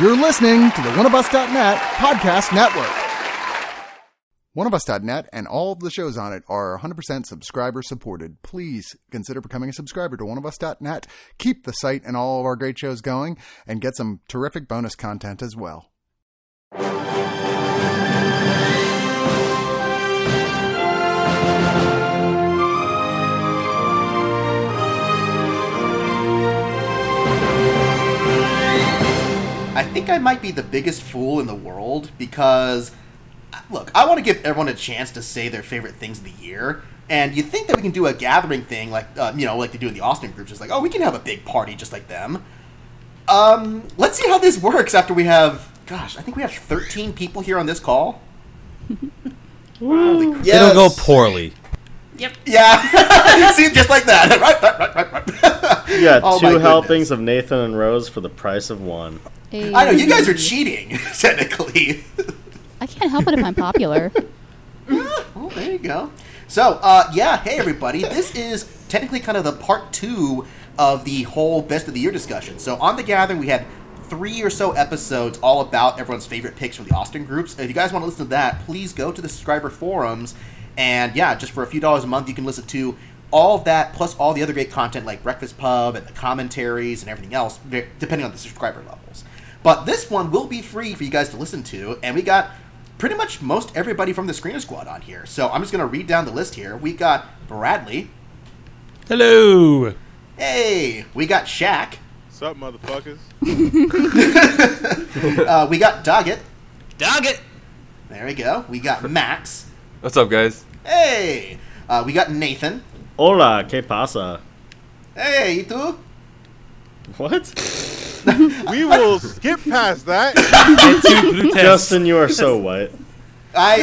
You're listening to the OneOfUs.net podcast network. OneOfUs.net and all of the shows on it are 100% subscriber supported. Please consider becoming a subscriber to OneOfUs.net. Keep the site and all of our great shows going and get some terrific bonus content as well. I think I might be the biggest fool in the world because, look, I want to give everyone a chance to say their favorite things of the year. And you think that we can do a gathering thing like, uh, you know, like they do in the Austin groups. It's like, oh, we can have a big party just like them. Um, let's see how this works after we have, gosh, I think we have 13 people here on this call. Holy crap. It'll go poorly. Yeah. see, just like that. Right, right, right, right, right. Yeah, Oh, two my goodness. helpings of Nathan and Rose for the price of one. I know, you guys are cheating, technically. I can't help it if I'm popular. Well, there you go. So, uh, yeah, hey everybody. This is technically kind of the part two of the whole best of the year discussion. So, on the gathering, we had three or so episodes all about everyone's favorite picks from the Austin groups. If you guys want to listen to that, please go to the subscriber forums. And yeah, just for a few dollars a month, you can listen to all of that plus all the other great content like Breakfast Pub and the commentaries and everything else, de- depending on the subscriber levels. But this one will be free for you guys to listen to, and we got pretty much most everybody from the Screener Squad on here. So I'm just going to read down the list here. We got Bradley. Hello. Hey, we got Shaq. Sup, motherfuckers? Uh, we got Doggett. Dog it. There we go. We got Max. What's up, guys? Hey, uh, we got Nathan. Hola, que pasa? Hey, you two. What? We will skip past that. Justin, you are so white. I,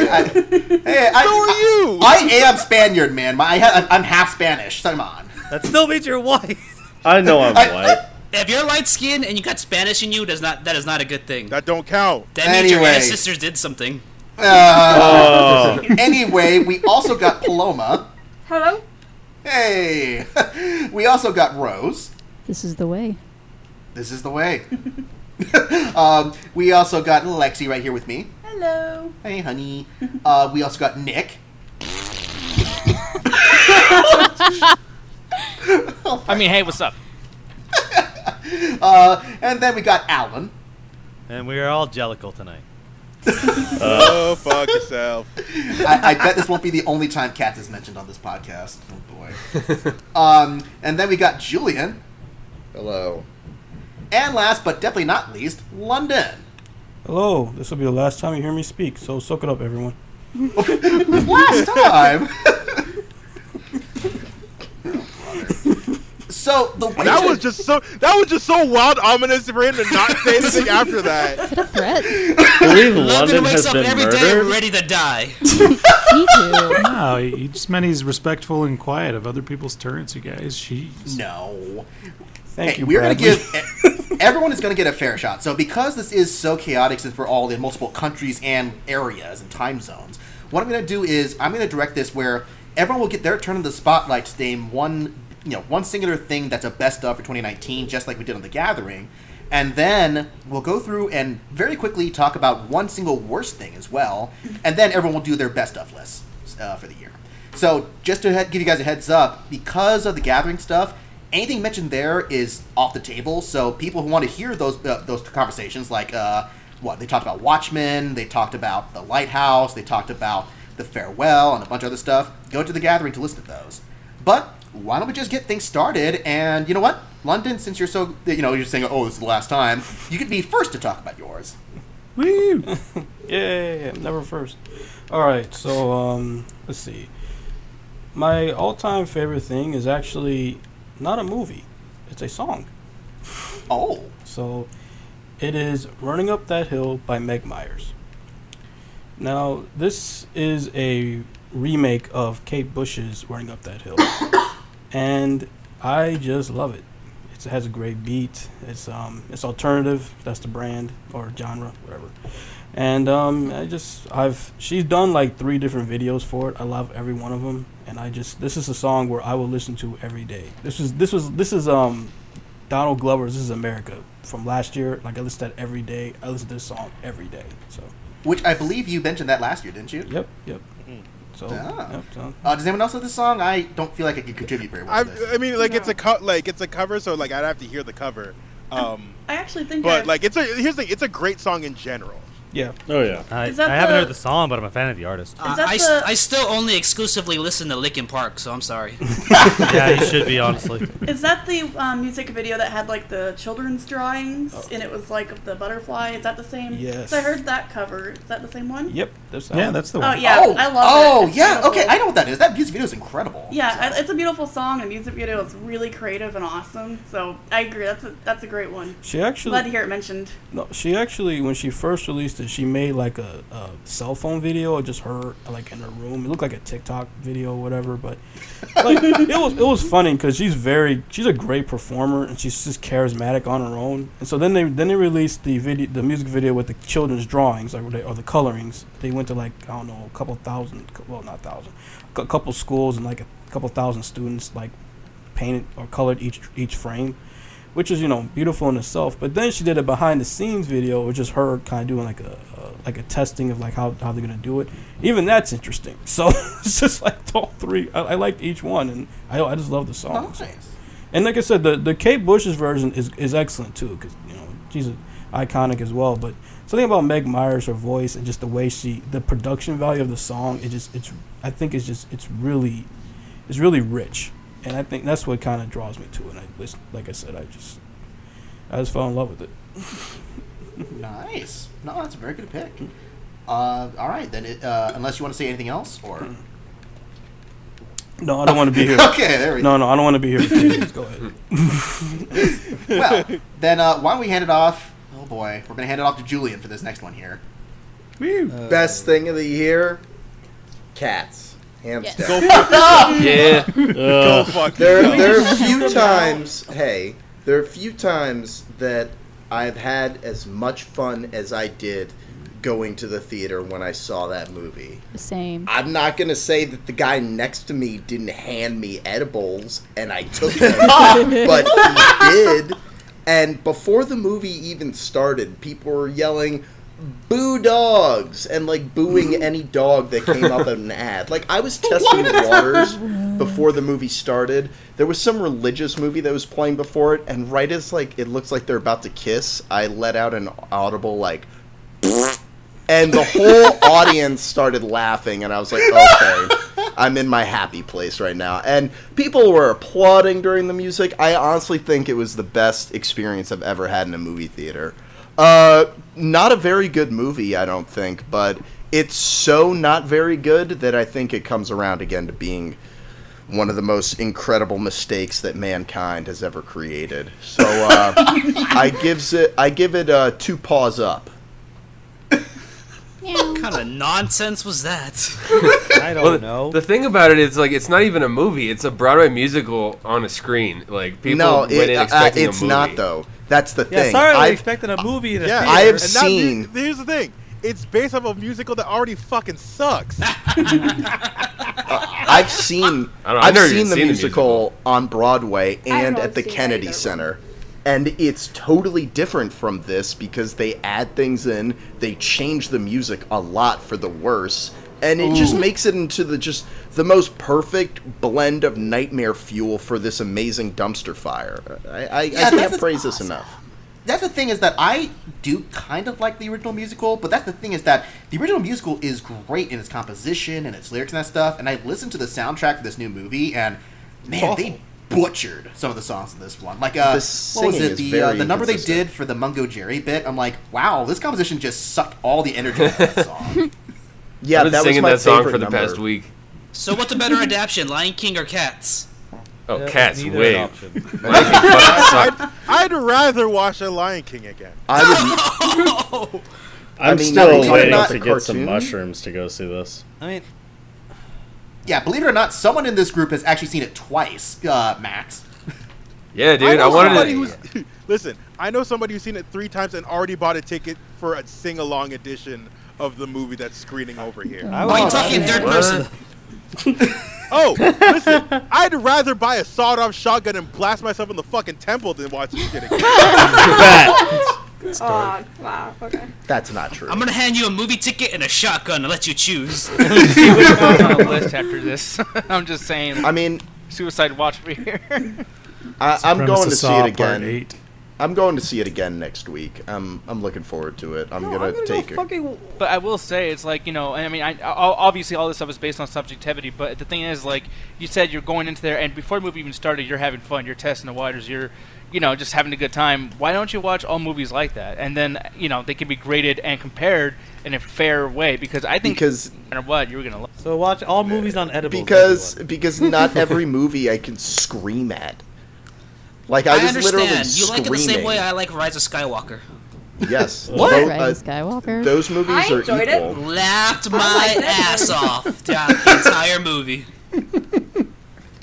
I hey, I, Who are you? I, am Spaniard, man. My, I ha- I'm half Spanish. Come on. That still means you're white. I know I'm I- white. If you're light skinned and you got Spanish in you, does not that is not a good thing. That that don't count. means your Anyway. ancestors did something. Uh, Uh, Oh, Anyway, we also got Paloma. Hello? Hey, we also got Rose. This is the way. This is the way. um, we also got Lexi right here with me. Hello. Hey, honey. Uh, we also got Nick. I mean, hey, what's up? Uh, and then we got Alan. And we are all jellical tonight. Uh, Oh, fuck yourself. I, I bet this won't be the only time Katz is mentioned on this podcast. Oh boy. Um, and then we got Julian, hello. and last but definitely not least, London. Hello, this will be the last time you hear me speak, so soak it up, everyone. last time. so the way That to- was just so. That was just so wild, ominous for him to not say anything after that. What a threat. Me Believe London London wakes has up been every murdered. day ready to die. Uh, too. No, he just meant he's respectful and quiet of other people's turns, you guys. Jeez. no. Thank Hey, you. we're going to Bradley. give e-, everyone is going to get a fair shot. So because this is so chaotic, since we're all in multiple countries and areas and time zones, what I'm going to do is I'm going to direct this where everyone will get their turn in the spotlight to name one, you know, one singular thing that's a best of for 2019, just like we did on the Gathering, and then we'll go through and very quickly talk about one single worst thing as well, and then everyone will do their best of list uh, for the year. So just to he- give you guys a heads up, because of the gathering stuff, anything mentioned there is off the table. So people who want to hear those uh, those conversations, like uh, what they talked about Watchmen, they talked about the Lighthouse, they talked about the Farewell, and a bunch of other stuff, go to the gathering to listen to those. But why don't we just get things started? And you know what, London, since you're so you know you're saying oh this is the last time, you could be first to talk about yours. Woo. Yay, I'm never first. All right, so um, let's see. My all-time favorite thing is actually not a movie; it's a song. Oh, So, it is "Running Up That Hill" by Meg Myers. Now, this is a remake of Kate Bush's "Running Up That Hill," and I just love it. It's, it has a great beat. It's um, it's alternative. That's the brand or genre, whatever. And um, I just I've she's done like three different videos for it. I love every one of them, and I just this is a song where I will listen to every day. This is this was this is um Donald Glover's "This Is America" from last year. Like I listen to that every day. I listen to this song every day. So Which I believe you mentioned that last year, didn't you? Yep, yep. So, Ah. yep, so- Uh, does anyone else know this song? I don't feel like I can contribute very well. I, To this. I mean, like it's a co- like it's a cover, so like I'd have to hear the cover. Um, I actually think but I've- like it's a here's the thing, it's a great song in general. yeah. Oh yeah. I, Is that I haven't the- heard the song, but I'm a fan of the artist. Is Uh, that I, s- the- I still only exclusively listen to Linkin Park, so I'm sorry. yeah, you should be honestly. Is that the um, music video that had like the children's drawings Oh. and it was like of the butterfly? Is that the same? Yes. So I heard that cover. Is that the same one? Yep, that's that Yeah, one. that's the Oh one. yeah, oh, I love oh, it. It's yeah. beautiful. Okay, I know what that is. That music video is incredible. Yeah, I, it's a beautiful song. The music video is really creative and awesome. So I agree. That's a, that's a great one. She actually Glad to hear it mentioned. No, she actually, when she first released it, she made like a, a cell phone video of just her like in her room. It looked like a TikTok video, or whatever. But like, it was it was funny because she's very she's a great performer and she's just charismatic on her own. And so then they then they released the video the music video with the children's drawings like, or, the, or the colorings. They went to like I don't know a couple thousand cou- well not thousand a couple schools and like a couple thousand students like painted or colored each each frame which is you know beautiful in itself. But then she did a behind the scenes video, which is her kind of doing like a uh, like a testing of like how, how they're gonna do it. Even that's interesting. So it's just like all three. I, I liked each one, and I I just love the song. Nice. So- And like I said, the the Kate Bush's version is is excellent too, because you know she's a, iconic as well. But something about Meg Myers, her voice, and just the way she the production value of the song, it just it's I think it's just it's really it's really rich, and I think that's what kind of draws me to it. And I listen, like I said, I just I just fell in love with it. Nice. No, that's a very good pick. Uh, all right, then. It, uh, unless you want to say anything else, or No, I don't want to be here. okay, there we go. No, no, I don't want to be here. Please go ahead. Well, then uh, why don't we hand it off? Oh boy, we're gonna hand it off to Julian for this next one here. Uh, Best thing of the year, cats. Hands Yes. down. Yeah. Go fuck There, yourself. there are a few times. Hey, there are a few times that I've had as much fun as I did going to the theater when I saw that movie. Same. I'm not gonna say that the guy next to me didn't hand me edibles and I took them, but he did. And before the movie even started, people were yelling "boo dogs" and like booing any dog that came up in an ad. Like I was testing the waters before the movie started. There was some religious movie that was playing before it, and right as like it looks like they're about to kiss, I let out an audible like and the whole audience started laughing and i was like okay i'm in my happy place right now and people were applauding during the music i honestly think it was the best experience i've ever had in a movie theater uh, not a very good movie i don't think but it's so not very good that i think it comes around again to being one of the most incredible mistakes that mankind has ever created so uh, i gives it i give it uh, two paws up Meow. What kind of nonsense was that? I Well, don't know. The thing about it is, like, it's not even a movie. It's a Broadway musical on a screen. Like, people no, went it- in uh, expecting it's a movie. not though. That's the Yeah, thing. sorry, I I've- expected a movie. In a Yeah, I have and now the- seen- here's the thing. It's based off a musical that already fucking sucks. I've seen I don't know, I've I've never seen even the seen the musical on Broadway and really at the seen Kennedy either. Center. And it's totally different from this because they add things in, they change the music a lot for the worse, and it just makes it into the just the most perfect blend of nightmare fuel for this amazing dumpster fire. I, I, I this can't is praise this enough. That's the thing is that I do kind of like the original musical, but that's the thing is that the original musical is great in its composition and its lyrics and that stuff. And I listened to the soundtrack for this new movie, and man, they butchered some of the songs in this one. Like, uh, The what was singing it? is The uh, very the number they inconsistent. did for the Mungo Jerry bit. I'm like, wow, this composition just sucked all the energy out of that song. Yeah, I've been that was singing my that song favorite for the number. past week. So what's a better adaptation, Lion King or Cats? Oh, cats, Neither wait. an option. Lion King fucking sucked. I'd rather watch a Lion King again. I would I I'm mean, still no, waiting not to a get some cartoon. mushrooms to go see this. I mean, yeah, believe it or not, someone in this group has actually seen it twice. Uh, Max. Yeah, dude, I, know wanted somebody to. who's- listen, I know somebody who's seen it three times and already bought a ticket for a sing along edition of the movie that's screening over here. I Why are you was- talking in third person? Oh, listen, I'd rather buy a sawed-off shotgun and blast myself in the fucking temple than watch this shit again. Oh, wow. Okay. That's not true. I'm gonna hand you a movie ticket and a shotgun and let you choose. on the list after this. I'm just saying. I mean, Suicide Watch over here. I, I'm Supremacist going to see Saw it Part again. I'm going to see it again next week. I'm I'm looking forward to it. I'm gonna, take it. But I will say, it's like you know, and I mean, I, o- obviously all this stuff is based on subjectivity. But the thing is, like you said, you're going into there, and before the movie even started, you're having fun, you're testing the waters, you're, you know, just having a good time. Why don't you watch all movies like that? And then you know they can be graded and compared in a fair way because I think Because- no matter what, you were gonna. Love so watch all movies on edibles. because because not every movie I can scream at. Like I, was understand. literally you like it the same screaming. way I like Rise of Skywalker. Yes. What? tho- Rise of Skywalker. Those movies I are enjoyed it. equal. Laughed my ass off throughout the entire movie.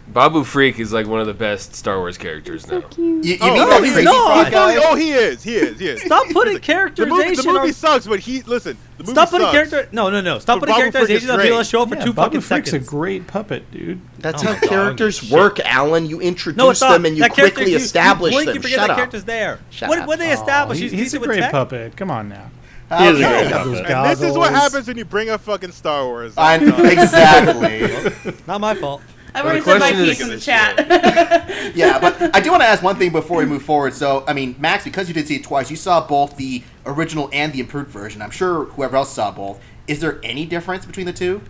Babu Freak is like one of the best Star Wars characters now. oh, You, mean no, that he's crazy not. frog He- guy? Oh, he is. He is. He is. Stop putting The movie, the characterization movie on- sucks, but he listen. The movie Stop putting sucks. character. No, no, no. Stop But putting Babu Frick characterizations is on great. people that show up for Yeah, two Babu fucking Frick's seconds. a great puppet, dude. That's Oh how my God. characters work, Alan. You introduce No, it's not. them and you that character- quickly you, establish you blink, them. You forget Shut that up. character's there. Shut what, up. what they establish? he's, Oh, he's easy a to great attack. puppet. Come on now. He is a great Okay. puppet. Those And this is what goggles. happens when you bring up fucking Star Wars. uh, I know, exactly. Not my fault. I've Well, already the said my question is- piece in the chat. yeah, but I do want to ask one thing before we move forward. So, I mean, Max, because you did see it twice, you saw both the original and the improved version. I'm sure whoever else saw both. Is there any difference between the two?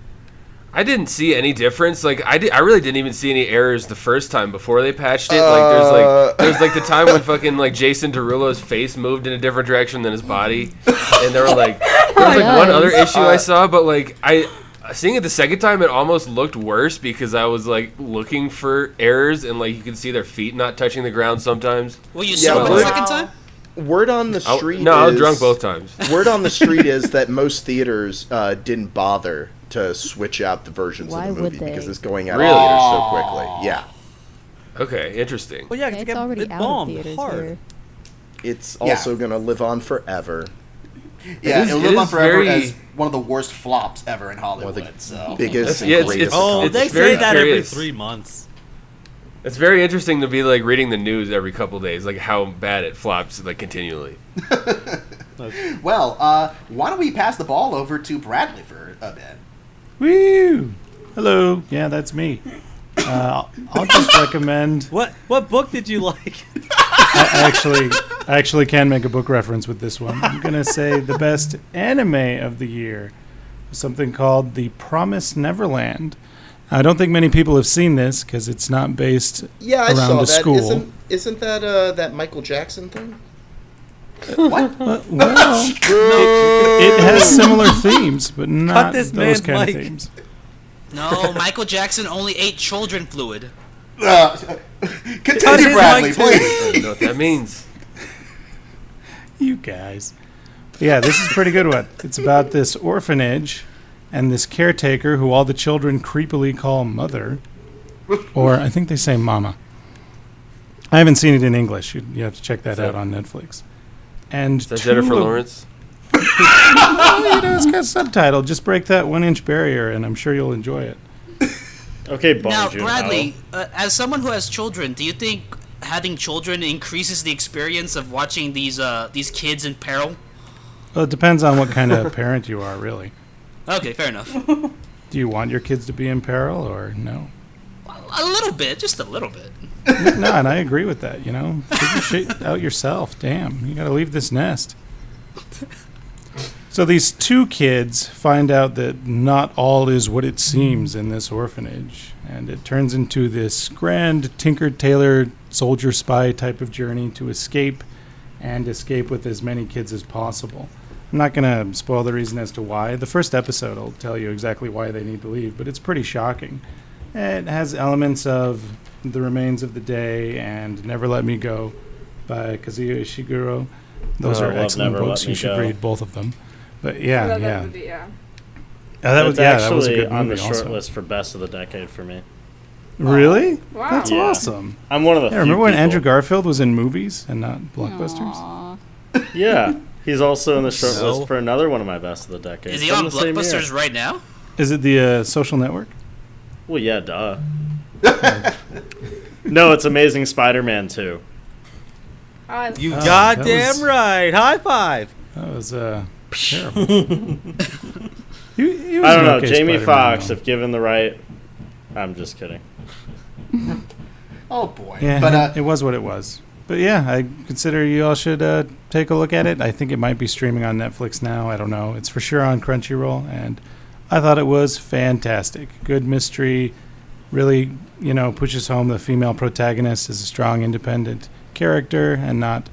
I didn't see any difference. Like I did, I really didn't even see any errors the first time before they patched it. Like there's Uh. like there's like the time when fucking like Jason Derulo's face moved in a different direction than his body, and there were like there was like one other Nice. issue I saw, but like I seeing it the second time, it almost looked worse because I was like looking for errors and like you could see their feet not touching the ground sometimes. Well, you Yeah, saw it the but- second time. Uh, Word on the I- street. no, I was is- drunk both times. Word on the street is that most theaters uh, didn't bother to switch out the versions Why of the would movie they? because it's going out Really? of theaters so quickly. Yeah, Okay, interesting. Well, yeah, 'cause it it's got- already it out bombed of theaters hard. here. it's Yeah. also going to live on forever. Yeah, is- it'll it live on is forever very- as one of the worst flops ever in Hollywood. so biggest Yeah, it's- it's- Oh, it's they very say that every curious. three months. It's very interesting to be like reading the news every couple days, like how bad it flops like continually. Well, uh, why don't we pass the ball over to Bradley for a bit? Woo! Hello. Yeah, that's me. Uh, I'll just recommend. What what book did you like? I actually, I actually can make a book reference with this one. I'm gonna say the best anime of the year, something called The Promised Neverland. I don't think many people have seen this because it's not based Yeah, I around saw a that. school. not isn't that uh, that Michael Jackson thing? What? well, it has similar themes, but not this those man's kind mic. of themes. No, Michael Jackson only ate children fluid. Uh, Continue, Bradley, please. I don't know what that means. You guys. Yeah, this is a pretty good one. It's about this orphanage and this caretaker who all the children creepily call mother, or I think they say mama. I haven't seen it in English. You, you have to check that that- out on Netflix. And Is that two Jennifer of- Lawrence? Well, you know, it's got a subtitle. Just break that one inch barrier, and I'm sure you'll enjoy it. Okay, Bong now, Joon-ho. Bradley, uh, as someone who has children, do you think having children increases the experience of watching these uh, these kids in peril? Well, it depends on what kind of parent you are, really. Okay, fair enough. Do you want your kids to be in peril or no? a little bit, just a little bit. no, and I agree with that. You know, figure shit out yourself. Damn, you got to leave this nest. So these two kids find out that not all is what it seems in this orphanage, and it turns into this grand tinker tailor soldier spy type of journey to escape and escape with as many kids as possible. I'm not going to spoil the reason as to why. The first episode will tell you exactly why they need to leave, but it's pretty shocking. It has elements of The Remains of the Day and Never Let Me Go by Kazuyo Ishiguro. Those Oh, I are love excellent Never Let books. Me You should Go. read both of them. But yeah, Love that yeah. movie, yeah. Oh, that was, That's yeah, actually that was a good on the movie short also. list for best of the decade for me. Really? Wow. That's Oh. Yeah. awesome. I'm one of the Yeah, remember few when people. Andrew Garfield was in movies and not blockbusters? Yeah, he's also in the short No. list for another one of my best of the decade. Is he from on the same year. Blockbusters right now? Is it the uh, social network? Well, yeah, duh. no, it's Amazing Spider-Man 2. I, You Oh, goddamn that was- right. High five. That was uh, terrible. He was I don't an know. okay Jamie Spider-Man, Fox, though. if given the right, I'm just kidding. Oh boy. Yeah, But uh, it was what it was. But yeah, I consider you all should uh, take a look at it. I think it might be streaming on Netflix now. I don't know. It's for sure on Crunchyroll, and I thought it was fantastic. Good mystery, really, you know, pushes home the female protagonist is a strong, independent character, and not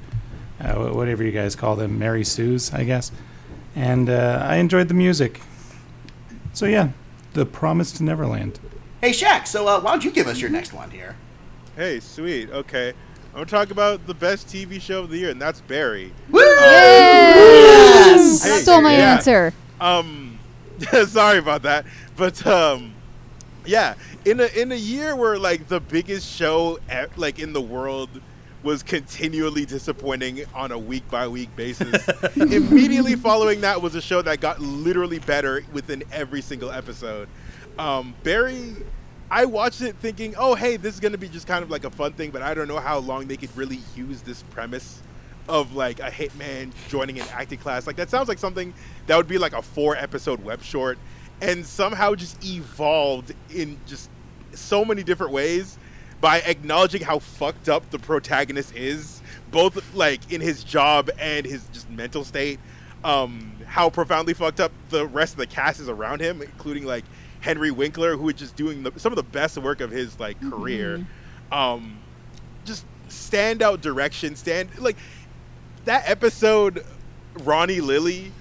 uh, wh- whatever you guys call them, Mary Sue's, I guess. And uh, I enjoyed the music. So yeah, The Promised Neverland. hey, Shaq. So uh, why don't you give us your next one here? Hey, sweet. Okay. I'm going to talk about the best TV show of the year, and that's Barry. Um, Woo! Yes! Stole my answer. Um, sorry about that, but um, yeah, in a in a year where like the biggest show e- like in the world was continually disappointing on a week by week basis. immediately following that was a show that got literally better within every single episode. Um, Barry, I watched it thinking, oh hey, this is gonna be just kind of like a fun thing, but I don't know how long they could really use this premise of like a hitman joining an acting class. Like that sounds like something that would be like a four episode web short and somehow just evolved in just so many different ways by acknowledging how fucked up the protagonist is, both like in his job and his just mental state. Um, how profoundly fucked up the rest of the cast is around him, including like Henry Winkler, who is just doing the, some of the best work of his like career. Um, just standout direction, stand like that episode Ronnie Lilly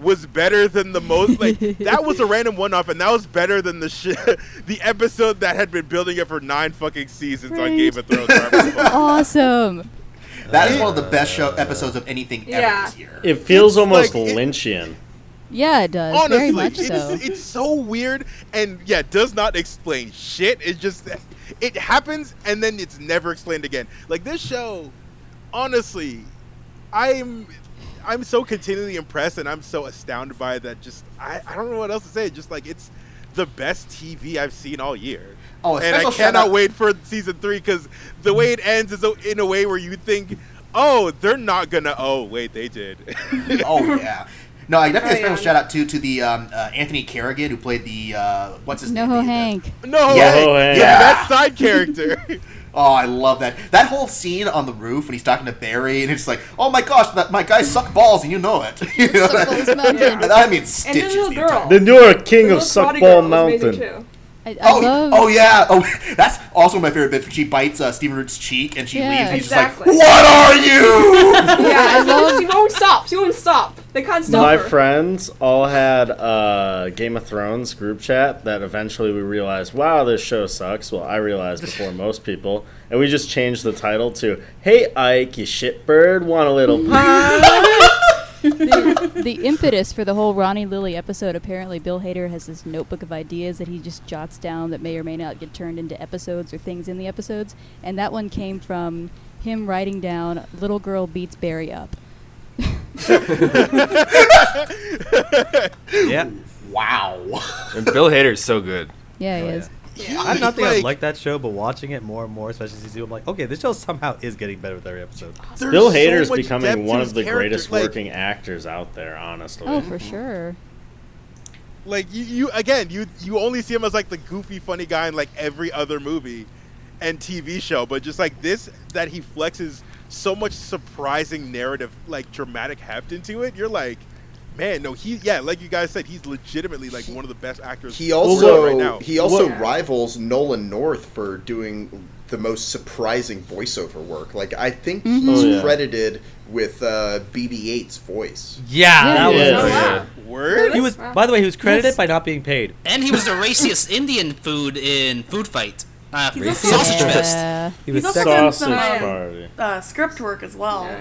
was better than the most like that was a random one off and that was better than the sh- the episode that had been building up for nine fucking seasons on Game of Thrones. awesome. That is one of the best show episodes of anything ever Yeah. this year. It feels It's almost like- it- Lynchian. Yeah, it does. Honestly, Very much it so. is- it's so weird and yeah, does not explain shit. It just it happens and then it's never explained again. Like this show, honestly, I'm I'm so continually impressed and I'm so astounded by it that just I, I don't know what else to say. Just like it's the best TV I've seen all year. Oh, a and I special shout cannot out- wait for season three because the way it ends is in a way where you think, oh, they're not gonna. Oh, wait, they did. oh yeah. No, I definitely Oh, special yeah. shout out to to the um, uh, Anthony Kerrigan who played the uh, what's his name? No, Oh, Hank. No, yeah, Hank. yeah. Yeah, that side character. oh, I love that. That whole scene on the roof when he's talking to Barry and it's like, oh my gosh, that my guys suck balls and you know it. you know and I mean And the stitches. little girl. Then you're a king of The little karate Suckball girl was amazing, Mountain. too. I, I Oh, love. oh yeah. Oh, that's also one of my favorite bits when she bites uh, Stephen Root's cheek and she Yeah. leaves. And he's Exactly. just like, "What are you?" yeah, she won't stop. She won't stop. They can't stop My her. friends all had a Game of Thrones group chat that eventually we realized, wow, this show sucks. Well, I realized before most people. And we just changed the title to, Hey Ike, you shitbird, want a little pie? the, the impetus for the whole Ronnie Lilly episode apparently Bill Hader has this notebook of ideas that he just jots down that may or may not get turned into episodes or things in the episodes, and that one came from him writing down "Little girl beats Barry up." Yeah. Wow. And Bill Hader's so good. Oh, Yeah, he is. I don't think I like that show, but watching it more and more, especially since you, I'm like, okay, this show somehow is getting better with every episode. Bill Hader's becoming one of the greatest working actors out there, honestly. Oh, for sure. like you, you again you you only see him as like the goofy funny guy in like every other movie and tv show but just like this that he flexes so much surprising narrative like dramatic heft into it you're like man no he yeah like you guys said he's legitimately like one of the best actors He also right now he also rivals Nolan North for doing the most surprising voiceover work. Like I think he's Oh, yeah. credited with uh, BB-8's voice. Yeah, Yeah, that he is. was Yeah. Word? He was. By the way, he was credited by not being paid. And he was the raciest Indian food in Food Fight. Uh, He's also- sausage Fest. He He's was also second. done Sausage some uh, party. uh, script work as well,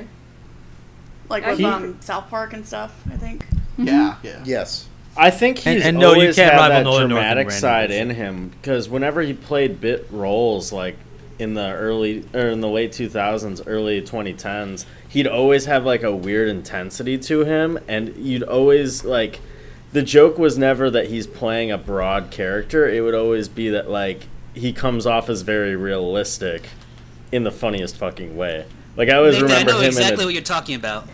like with He- um, South Park and stuff. I think. Yeah, yeah. Yes. I think he's And- and no, you always can't had rival that Nolan North in dramatic random side in him because whenever he played bit roles, like in the early or in the late two thousands, early twenty tens, he'd always have like a weird intensity to him, and you'd always like the joke was never that he's playing a broad character. It would always be that like he comes off as very realistic in the funniest fucking way. Like I always Nick, remember I know him exactly in what you're talking about. a,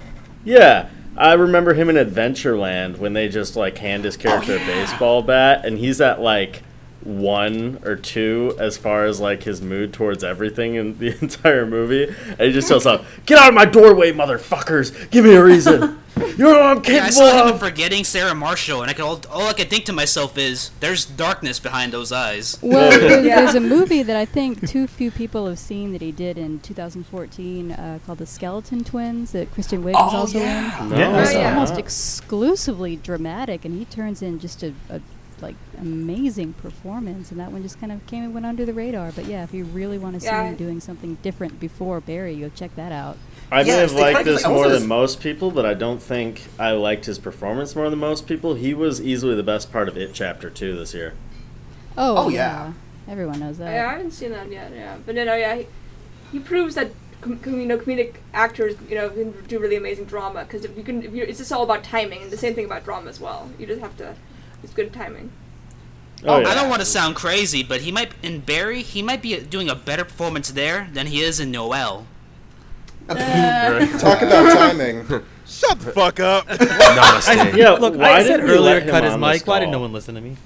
Yeah. I remember him in Adventureland when they just like hand his character a baseball bat and he's at like one or two as far as like his mood towards everything in the entire movie. And he just tells up, Get out of my doorway, motherfuckers! Give me a reason. You know I'm Yeah, I capable saw of him forgetting Sarah Marshall, and I could all, all I could think to myself is, "There's darkness behind those eyes." Well, Oh, there- there's a movie that I think too few people have seen that he did in 2014 uh, called The Skeleton Twins that Kristen Wiig was Oh, also yeah. in. No. Yeah. It's Oh, yeah. almost Wow. exclusively dramatic, and he turns in just a, a like amazing performance. And that one just kind of came and went under the radar. But yeah, if you really want to see Yeah. him doing something different before Barry, go check that out. I may have liked this more than most. most people, but I don't think I liked his performance more than most people. He was easily the best part of It Chapter 2 this year. Oh, Oh, yeah. yeah. Everyone knows that. Yeah, I haven't seen that yet. Yeah, but no, no, yeah, he, he proves that com- com- you know comedic actors you know can do really amazing drama because if you can, if you, it's just all about timing, and the same thing about drama as well. You just have to, it's good timing. Oh, yeah. I don't want to sound crazy, but he might in Barry, he might be doing a better performance there than he is in Noel. Talk about timing. Shut the fuck up. I, Yeah, look, why I said didn't you earlier, let him cut his on mic. this Why did no call? one listen to me?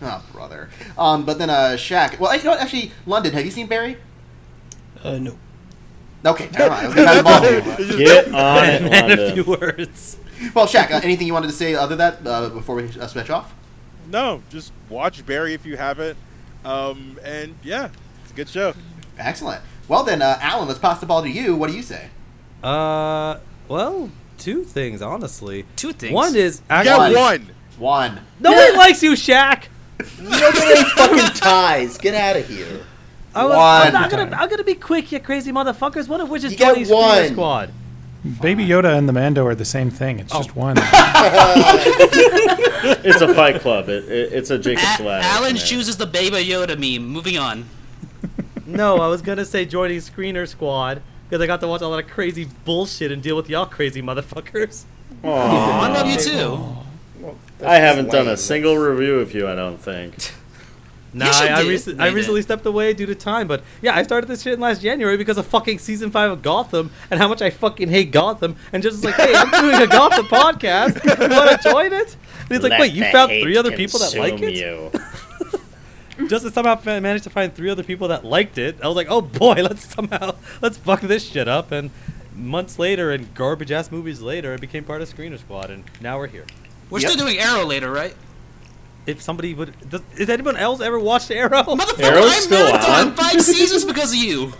Oh, brother. Um, but then uh, Shaq. Well, you know what? Actually, London. Have you seen Barry? Uh, no. Okay, never mind. I was gonna have all of you. Get on it, Man of London. few words. Well, Shaq, uh, anything you wanted to say other than that uh, before we uh, switch off? No, just watch Barry if you haven't. Um, and yeah, it's a good show. Excellent. Well, then, uh, Alan, let's pass the ball to you. What do you say? Uh, well, two things, honestly. Two things. One is Yeah, actually one. One. Nobody likes you, Shaq. Nobody fucking ties. Get out of here. I was, I'm, not gonna, I'm gonna be quick, you crazy motherfuckers. One of which is You got Tony's Spear one. Squad. Baby Yoda and the Mando are the same thing. Oh. It's just one. it's a fight club. It, it, it's a Jacob's Ladder. Alan chooses the Baby Yoda meme. Moving on. No, I was gonna say joining Screener Squad because I got to watch a lot of crazy bullshit and deal with y'all crazy motherfuckers. Aw. Aw, I love you too. I haven't done a single review of you, I don't think. Nah, I, I, recent- I recently stepped away due to time, but yeah, I started this shit in last January because of fucking season five of Gotham and how much I fucking hate Gotham. And just was like, hey, I'm doing a Gotham podcast. You want to join it? And he's like, Let wait, you the found hate three other people that like consume it? you. Justin somehow fa- managed to find three other people that liked it. I was like, oh boy, let's somehow let's fuck this shit up. And months later, and garbage ass movies later, I became part of Screener Squad, and now we're here. We're still doing Arrow later, right? If somebody would, does, has anyone else ever watched Arrow? Motherfucker, I'm marathoned five seasons because of you.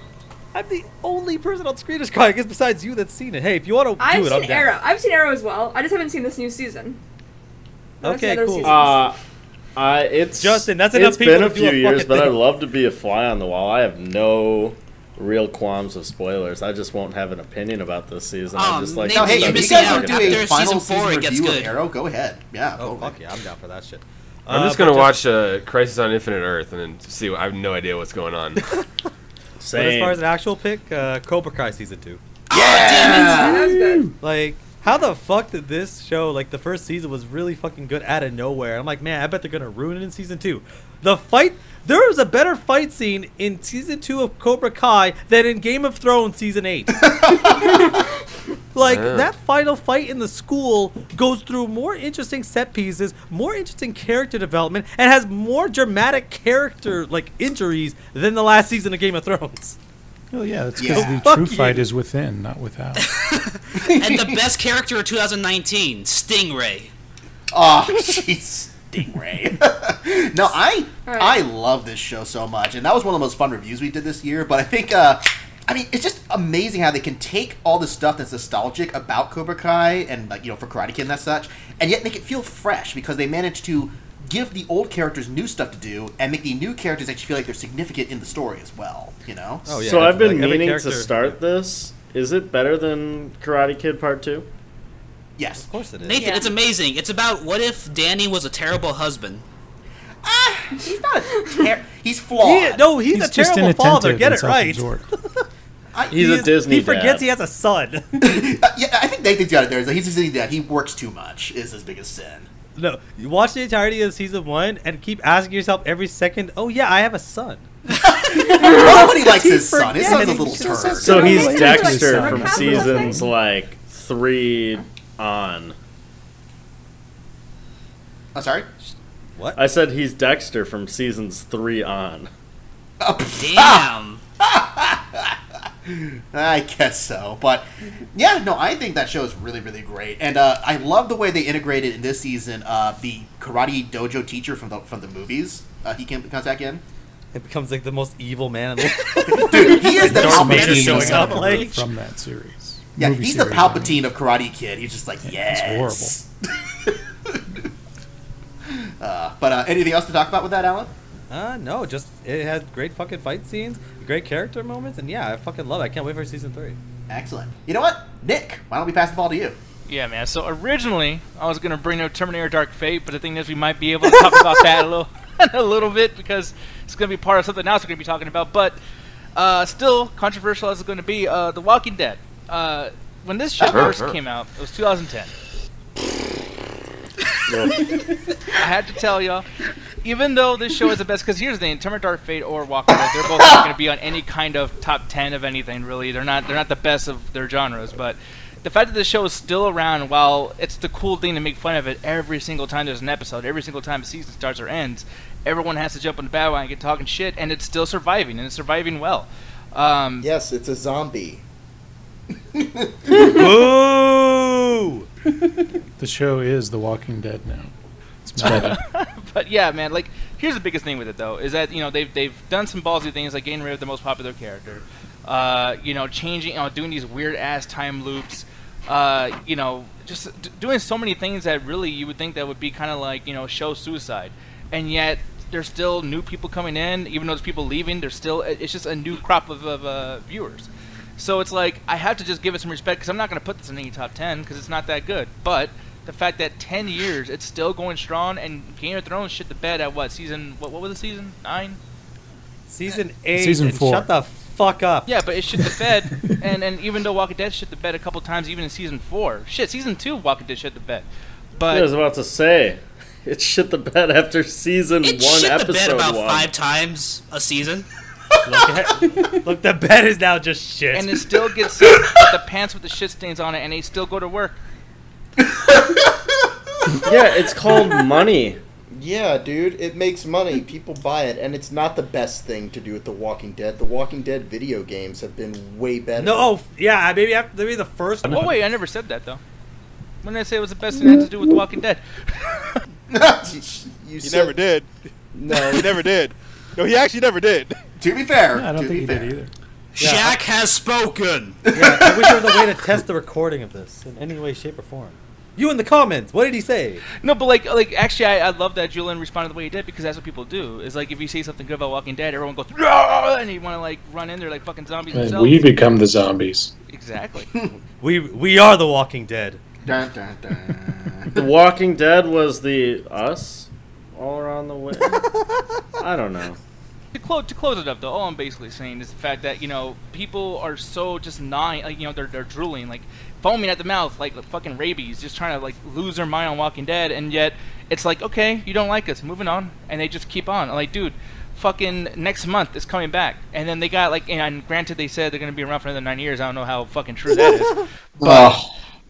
I'm the only person on Screener Squad, I guess, besides you that's seen it. Hey, if you want to do I've it, seen I'm down. Arrow. I've seen Arrow as well. I just haven't seen this new season. I've seen Okay, other cool. seasons. Uh, I, it's Justin, that's enough It's people been a to do few a years, fucking but I thing. love to be a fly on the wall. I have no real qualms with spoilers. I just won't have an opinion about this season. I Oh, Um, just like. Nathan, to you're suck it missing up. out. Do a After final season four, it gets review good. of Arrow. Go ahead. Yeah. Oh fuck yeah, I'm down for that shit. I'm Uh, just but gonna watch uh, Crisis on Infinite Earth and then see. I have no idea what's going on. But as far as an actual pick, uh, Cobra Kai season two. Oh, Yeah, that was good. Like, how the fuck did this show, like, the first season was really fucking good out of nowhere? I'm like, man, I bet they're gonna ruin it in season two. The fight, there was a better fight scene in season two of Cobra Kai than in Game of Thrones season eight. like, Yeah. that final fight in the school goes through more interesting set pieces, more interesting character development, and has more dramatic character, like, injuries than the last season of Game of Thrones. Well, yeah, that's Yeah. Oh, because the Fuck true you. fight is within, not without. and the best character of 2019, Stingray. Oh, jeez. Stingray. no, I I love this show so much, and that was one of the most fun reviews we did this year. But I think, uh, I mean, it's just amazing how they can take all the stuff that's nostalgic about Cobra Kai and like you know for Karate Kid and that such, and yet make it feel fresh because they managed to give the old characters new stuff to do and make the new characters actually feel like they're significant in the story as well. You know. Oh, so I've been Oh, like, every meaning to character- start this. Is it better than Karate Kid Part Two? Yes, of course it is. Nathan, it's amazing. It's about what if Danny was a terrible husband. he's not a ter- he's flawed. He- no, he's, a terrible father. Get it right. He's He a is- Disney He forgets dad. he has a son. Uh, yeah, I think Nathan's got it there. He's just saying that he works too much is his biggest sin. No, you watch the entirety of season one and keep asking yourself every second, "Oh yeah, I have a son." Nobody likes his son. His son's a little turd. So he's Dexter from seasons like three on. I'm Oh, sorry. What? I said he's Dexter from seasons three on. Damn. I guess so, but yeah, no, I think that show is really, really great, and uh, I love the way they integrated in this season uh, the karate dojo teacher from the from the movies. Uh, he can, comes back in. It becomes like the most evil man in the world. Dude, he is the Darth Palpatine Vader of showing up, karate. like- from that series. Yeah, Movie he's the series, I mean. Palpatine of Karate Kid. He's just like, yes. horrible. uh, but uh, anything else to talk about with that, Alan? Uh, no, just it had great fucking fight scenes, great character moments, and yeah, I fucking love it. I can't wait for season three. Excellent. You know what, Nick? Why don't we pass the ball to you? Yeah, man. So originally, I was gonna bring up Terminator: Dark Fate, but the thing is, we might be able to talk about that a little, a little bit because it's gonna be part of something else we're gonna be talking about. But uh, still, controversial as it's gonna be, uh, The Walking Dead. Uh, when this show first came out, it was 2010. I had to tell y'all, even though this show is the best, because here's the thing: Terminator: Dark Fate or Walking Dead, they're both not going to be on any kind of top ten of anything. Really, they're not. They're not the best of their genres, but the fact that the show is still around, while it's the cool thing to make fun of it every single time there's an episode, every single time a season starts or ends, everyone has to jump on the bandwagon and get talking shit, and it's still surviving, and it's surviving well. Um, yes, it's a zombie. Boo! The show is The Walking Dead now. It's meta. but yeah, man, like here's the biggest thing with it though is that you know they've they've done some ballsy things like getting rid of the most popular character, uh, you know, changing, you know, doing these weird ass time loops, uh, you know, just d- doing so many things that really you would think that would be kind of like you know show suicide, and yet there's still new people coming in, even though there's people leaving, there's still it's just a new crop of, of uh, viewers. So it's like I have to just give it some respect because I'm not going to put this in any top ten because it's not that good. But the fact that ten years it's still going strong and Game of Thrones shit the bed at what season? What, what was the season nine? Season eight. Uh, Season and four. Shut the fuck up. Yeah, but it shit the bed, and and even though Walking Dead shit the bed a couple times, even in season four, shit, season two Walking Dead shit the bed. But I was about to say, it shit the bed after season It one, shit the bed episode about one. Five times a season. Look, at, look, the bed is now just shit. and it still gets sick with the pants with the shit stains on it, and they still go to work. yeah, it's called money. Yeah, dude, it makes money. People buy it, and it's not the best thing to do with The Walking Dead. The Walking Dead video games have been way better. No, oh, f- yeah, maybe after maybe the first. Oh wait, I never said that though. When did I say it was the best thing that had to do with The Walking Dead? you never did. No, he never did. No, he actually never did. To be fair, I don't think he did either. Shaq has spoken. Yeah, I wish there was a way to test the recording of this in any way, shape, or form. You in the comments. What did he say? No, but like, like actually, I, I love that Julian responded the way he did because that's what people do. Is like if you say something good about Walking Dead, everyone goes "Rah!" and you want to like run in there like fucking zombies And themselves. we become the zombies. exactly. We we are the Walking Dead. Dun, dun, dun. The Walking Dead was the us all around the way. I don't know. to close to close it up though, all I'm basically saying is the fact that you know people are so just gnawing, like you know they're they're drooling, like foaming at the mouth, like, like fucking rabies, just trying to like lose their mind on Walking Dead, and yet it's like okay, you don't like us, moving on, and they just keep on. I'm like dude, fucking next month is coming back, and then they got like and, and granted they said they're gonna be around for another nine years. I don't know how fucking true that is, but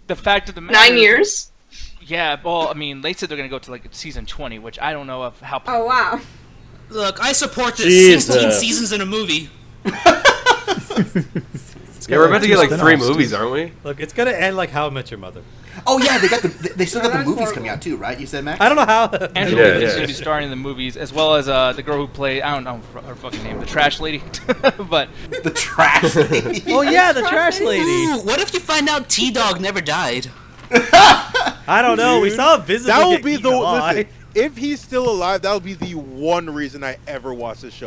the fact of the matter Nine is- years? Yeah, well, I mean, they said they're gonna go to like season twenty, which I don't know of how. Oh wow. Look, I support this. Jesus. Sixteen seasons in a movie. Yeah, we're about to get like three movies, aren't we? Look, it's gonna end like How I Met Your Mother. Oh yeah, they got the they still got the movies coming out too, right? You said Max. I don't know how. Angela Yeah, Bassett is yeah. going to be starring in the movies, as well as uh, the girl who played, I don't know her fucking name, the trash lady. but The trash lady? Oh, yeah, the trash lady. Ooh, what if you find out T Dog never died? I don't know. We saw a visit. That get would be eaten the alive. listen. If he's still alive, that would be the one reason I ever watch the show.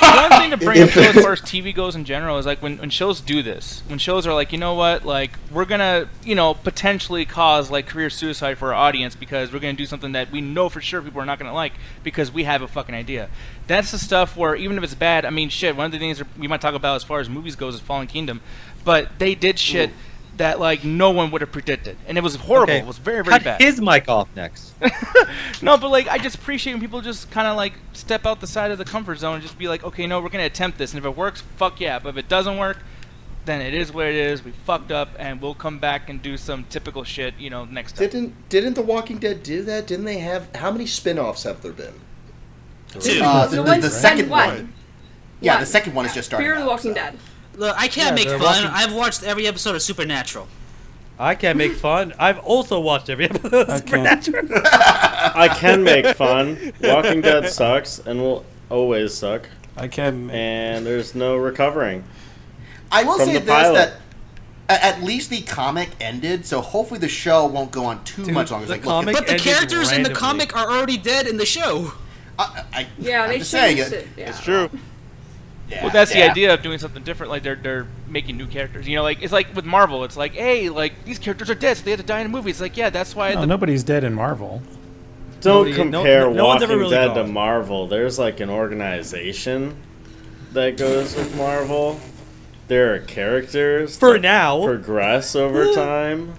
one thing to bring up though, as far as TV goes in general is like when, when shows do this, when shows are like, you know what, like we're gonna, you know, potentially cause like career suicide for our audience because we're gonna do something that we know for sure people are not gonna like because we have a fucking idea. That's the stuff where even if it's bad, I mean, shit. One of the things that we might talk about as far as movies goes is Fallen Kingdom, but they did shit. that like no one would have predicted, and it was horrible. Okay. It was very very Cut bad. his mic off next. No, but like I just appreciate when people just kind of like step out the side of the comfort zone and just be like, okay, no, we're gonna attempt this, and if it works, fuck yeah. But if it doesn't work, then it is what it is. We fucked up, and we'll come back and do some typical shit, you know, next time. Didn't didn't The Walking Dead do that? Didn't they have how many spin-offs have there been? Two. Uh, the- The the- ones- the second and one. one. Yeah, the second one is just starting. Fear of the Walking Dead. Look, I can't Yeah, make they're fun. watching- I've watched every episode of Supernatural. I can't make fun. I've also watched every episode of Supernatural. I can make fun. Walking Dead sucks and will always suck. I can. And there's no recovering. I will From say the this pilot. that a- at least the comic ended, so hopefully the show won't go on too much longer. It's like, look, but the characters in the comic are already dead in the show. I, Yeah, I'm they just saying changed it. it, yeah. It's true. Yeah, well, that's the yeah. idea of doing something different. Like they're they're making new characters. You know, like it's like with Marvel. It's like, hey, like these characters are dead, so they had to die in a movie. It's like, yeah, that's why. No, the- nobody's dead in Marvel. Don't Nobody- no- no- compare no one's Walking ever really Dead to gone. Marvel. There's like an organization that goes with Marvel. There are characters For that now. progress over time.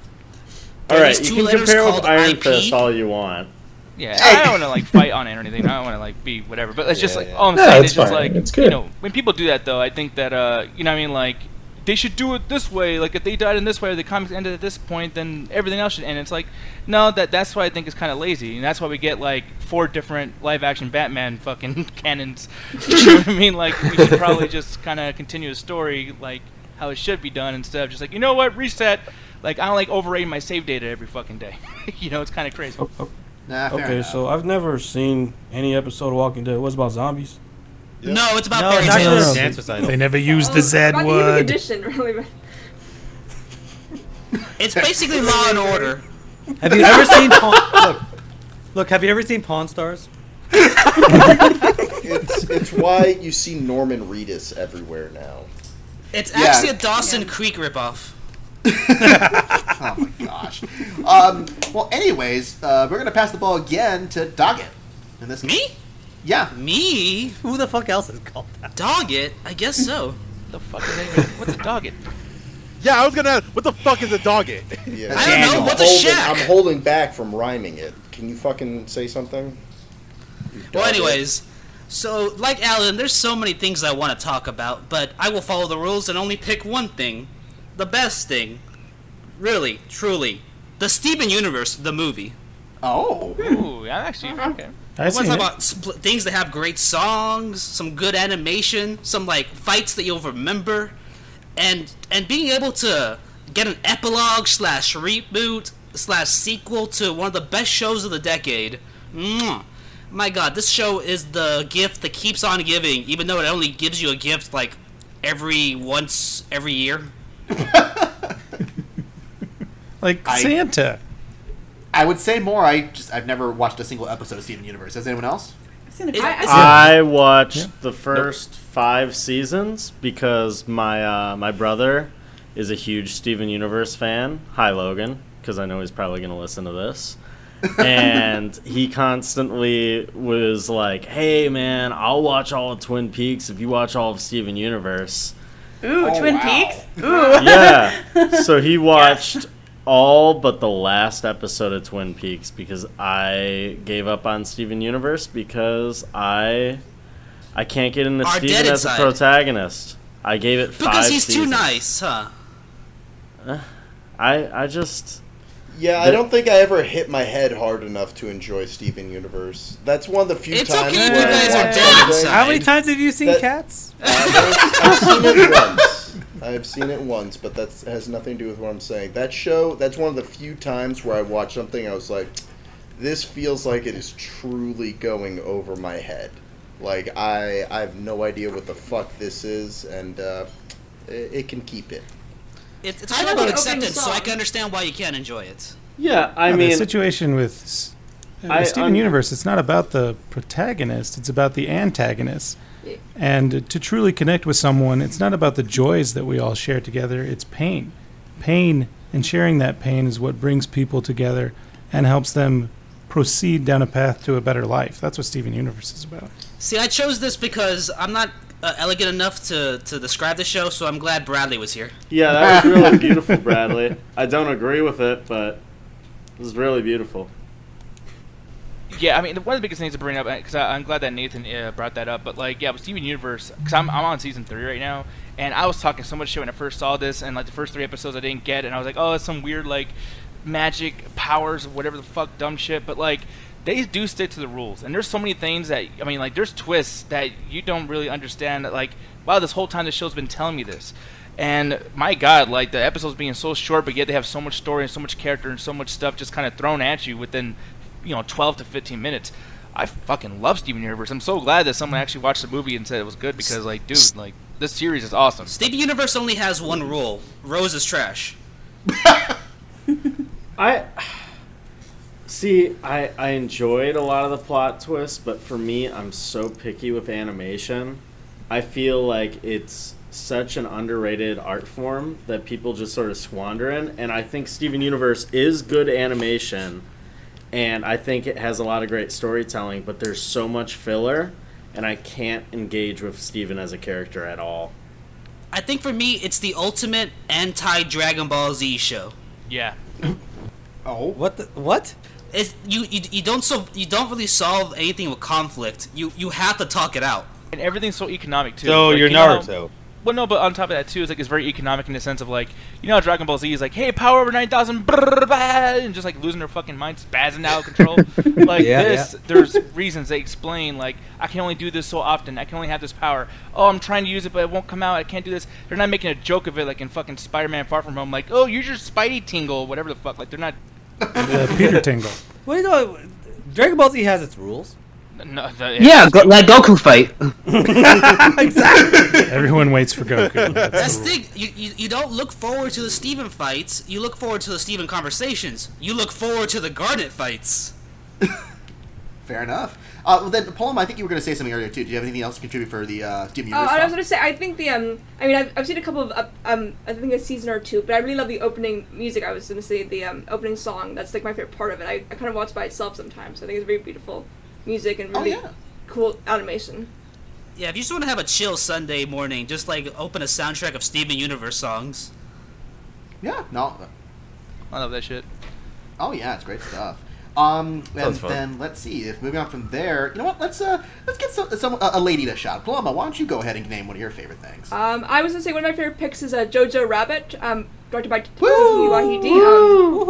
Are All right, these you two can letters compare with called Iron IP? Fist all you want. Yeah, I don't want to like fight on it or anything. I don't want to like be whatever. But it's just Yeah, like yeah. all I'm No, saying it's is just fine. like It's you good. know when people do that though, I think that uh you know what I mean like they should do it this way. Like if they died in this way or the comics ended at this point, then everything else should end. It's like no, that that's why I think it's kind of lazy, and that's why we get like four different live action Batman fucking canons. you know what I mean? Like we should probably just kind of continue the story like how it should be done instead of just like you know what reset. Like I don't like overrating my save data every fucking day. you know it's kind of Oh, crazy. Nah, fair Okay, enough. so I've never seen any episode of Walking Dead. What's about zombies? No, it's about No, fairy it's actually tales. a dance recital. They never use Oh, the Z about human word. condition, really. It's basically Law and Order. Have you ever seen Pawn? Look, look, have you ever seen Pawn Stars? It's it's why you see Norman Reedus everywhere now. It's Yeah. actually a Dawson Creek ripoff. oh my gosh. Um, well, anyways, uh, we're gonna pass the ball again to Doggett. In this me? Yeah. Me? Who the fuck else is called that? Dog it? I guess so. the fuck is that? What's a dog it? Yeah, I was gonna ask, what the fuck is a dog it? Yeah. Daniel. I'm holding, I'm holding back from rhyming it. Can you fucking say something? You Well, dog it. anyways, so like Alan, there's so many things I want to talk about, but I will follow the rules and only pick one thing. The best thing. Really, truly. The Steven Universe, the movie. Oh. Ooh, I'm actually. Uh-huh. Okay. I want to talk about spl- things that have great songs, some good animation, some like fights that you'll remember, and and being able to get an epilogue slash reboot slash sequel to one of the best shows of the decade. Mwah. My God, this show is the gift that keeps on giving, even though it only gives you a gift like every once every year. Like Santa. I would say more. I just I've never watched a single episode of Steven Universe. Has anyone else? I've seen a I- I- I watched the first five seasons because my uh, my brother is a huge Steven Universe fan. Hi Logan, because I know he's probably gonna listen to this. and he constantly was like, "Hey man, I'll watch all of Twin Peaks if you watch all of Steven Universe." Ooh, Oh, Twin wow. Peaks. Ooh. yeah. So he watched all but the last episode of Twin Peaks because I gave up on Steven Universe because I I can't get into Are Steven dead as a inside. protagonist. I gave it five Because he's seasons. Uh, too nice, huh? I I just Yeah, I The- don't think I ever hit my head hard enough to enjoy Steven Universe. That's one of the few times. where I watched something. How many times have you seen That- Cats? I've seen it once. I've seen it once, but that has nothing to do with what I'm saying. That show, that's one of the few times where I watched something I was like, this feels like it is truly going over my head. Like I, I have no idea what the fuck this is, and uh, it, it can keep it. It's, it's I all love about the opening acceptance, so I song. can understand why you can't enjoy it. Yeah, I No, the mean situation with S- uh, I- Steven I'm- Universe. It's not about the protagonist; it's about the antagonist. And to truly connect with someone, it's not about the joys that we all share together. It's pain, pain, and sharing that pain is what brings people together and helps them proceed down a path to a better life. That's what Steven Universe is about. See, I chose this because I'm not uh, elegant enough to, to describe the show, so I'm glad Bradley was here. Yeah, that was really beautiful, Bradley. I don't agree with it, but it was really beautiful. Yeah, I mean, one of the biggest things to bring up, because I'm glad that Nathan uh, brought that up, but like, yeah, with Steven Universe, because I'm, I'm on season three right now, and I was talking so much shit when I first saw this, and like the first three episodes I didn't get, and I was like, oh, it's some weird, like, magic powers, whatever the fuck, dumb shit, but like, they do stick to the rules, and there's so many things that, I mean, like, there's twists that you don't really understand, that, like, wow, this whole time the show's been telling me this. And my God, like the episodes being so short, but yet they have so much story and so much character and so much stuff just kind of thrown at you within you know 12 to 15 minutes. I fucking love Steven Universe. I'm so glad that someone actually watched the movie and said it was good because like dude, like this series is awesome. Steven Universe only has one rule: Rose is trash. I see. I I enjoyed a lot of the plot twists, but for me, I'm so picky with animation. I feel like it's such an underrated art form that people just sort of squander in, and I think Steven Universe is good animation, and I think it has a lot of great storytelling, but there's so much filler, and I can't engage with Steven as a character at all. I think for me, it's the ultimate anti Dragon Ball Z show. Yeah. oh. What? The, what? It's, you, you you don't so you don't really solve anything with conflict. You you have to talk it out. And everything's so economic too. So Like, you're you know- Naruto. well, no, but on top of that too, it's like it's very economic in the sense of like you know how Dragon Ball Z is like, hey, power over nine thousand, and just like losing their fucking mind, spazzing out of control. like Yeah, this, yeah. there's reasons they explain. Like I can only do this so often. I can only have this power. Oh, I'm trying to use it, but it won't come out. I can't do this. They're not making a joke of it, like in fucking Spider-Man Far From Home. Like, oh, use your Spidey tingle, whatever the fuck. Like they're not. Uh, Peter Tingle. Well, you know, Dragon Ball Z has its rules. No, the, Yeah, go, let Goku fight. Everyone waits for Goku. That's That's the thing. You, you, you don't look forward to the Steven fights. You look forward to the Steven conversations. You look forward to the Garnet fights. Fair enough. Uh, well, then, Paloma, I think you were going to say something earlier too. Do you have anything else to contribute for the uh, Steven Oh, Universe? I was stuff? gonna say, I think the um, I mean, I've, I've seen a couple of uh, um, I think a season or two, but I really love the opening music. I was gonna say the um, opening song. That's like my favorite part of it. I, I kind of watch by itself sometimes. I think it's very beautiful music and really cool animation. Yeah, if you just want to have a chill Sunday morning, just like open a soundtrack of Steven Universe songs. Yeah, no. I love that shit. Oh yeah, it's great stuff. Um, and Sounds fun. then let's see if moving on from there. You know what? Let's uh, let's get some, some a a lady to shout. Paloma, why don't you go ahead and name one of your favorite things? Um, I was gonna say one of my favorite picks is uh, Jojo Rabbit, um, directed by Taika Waititi.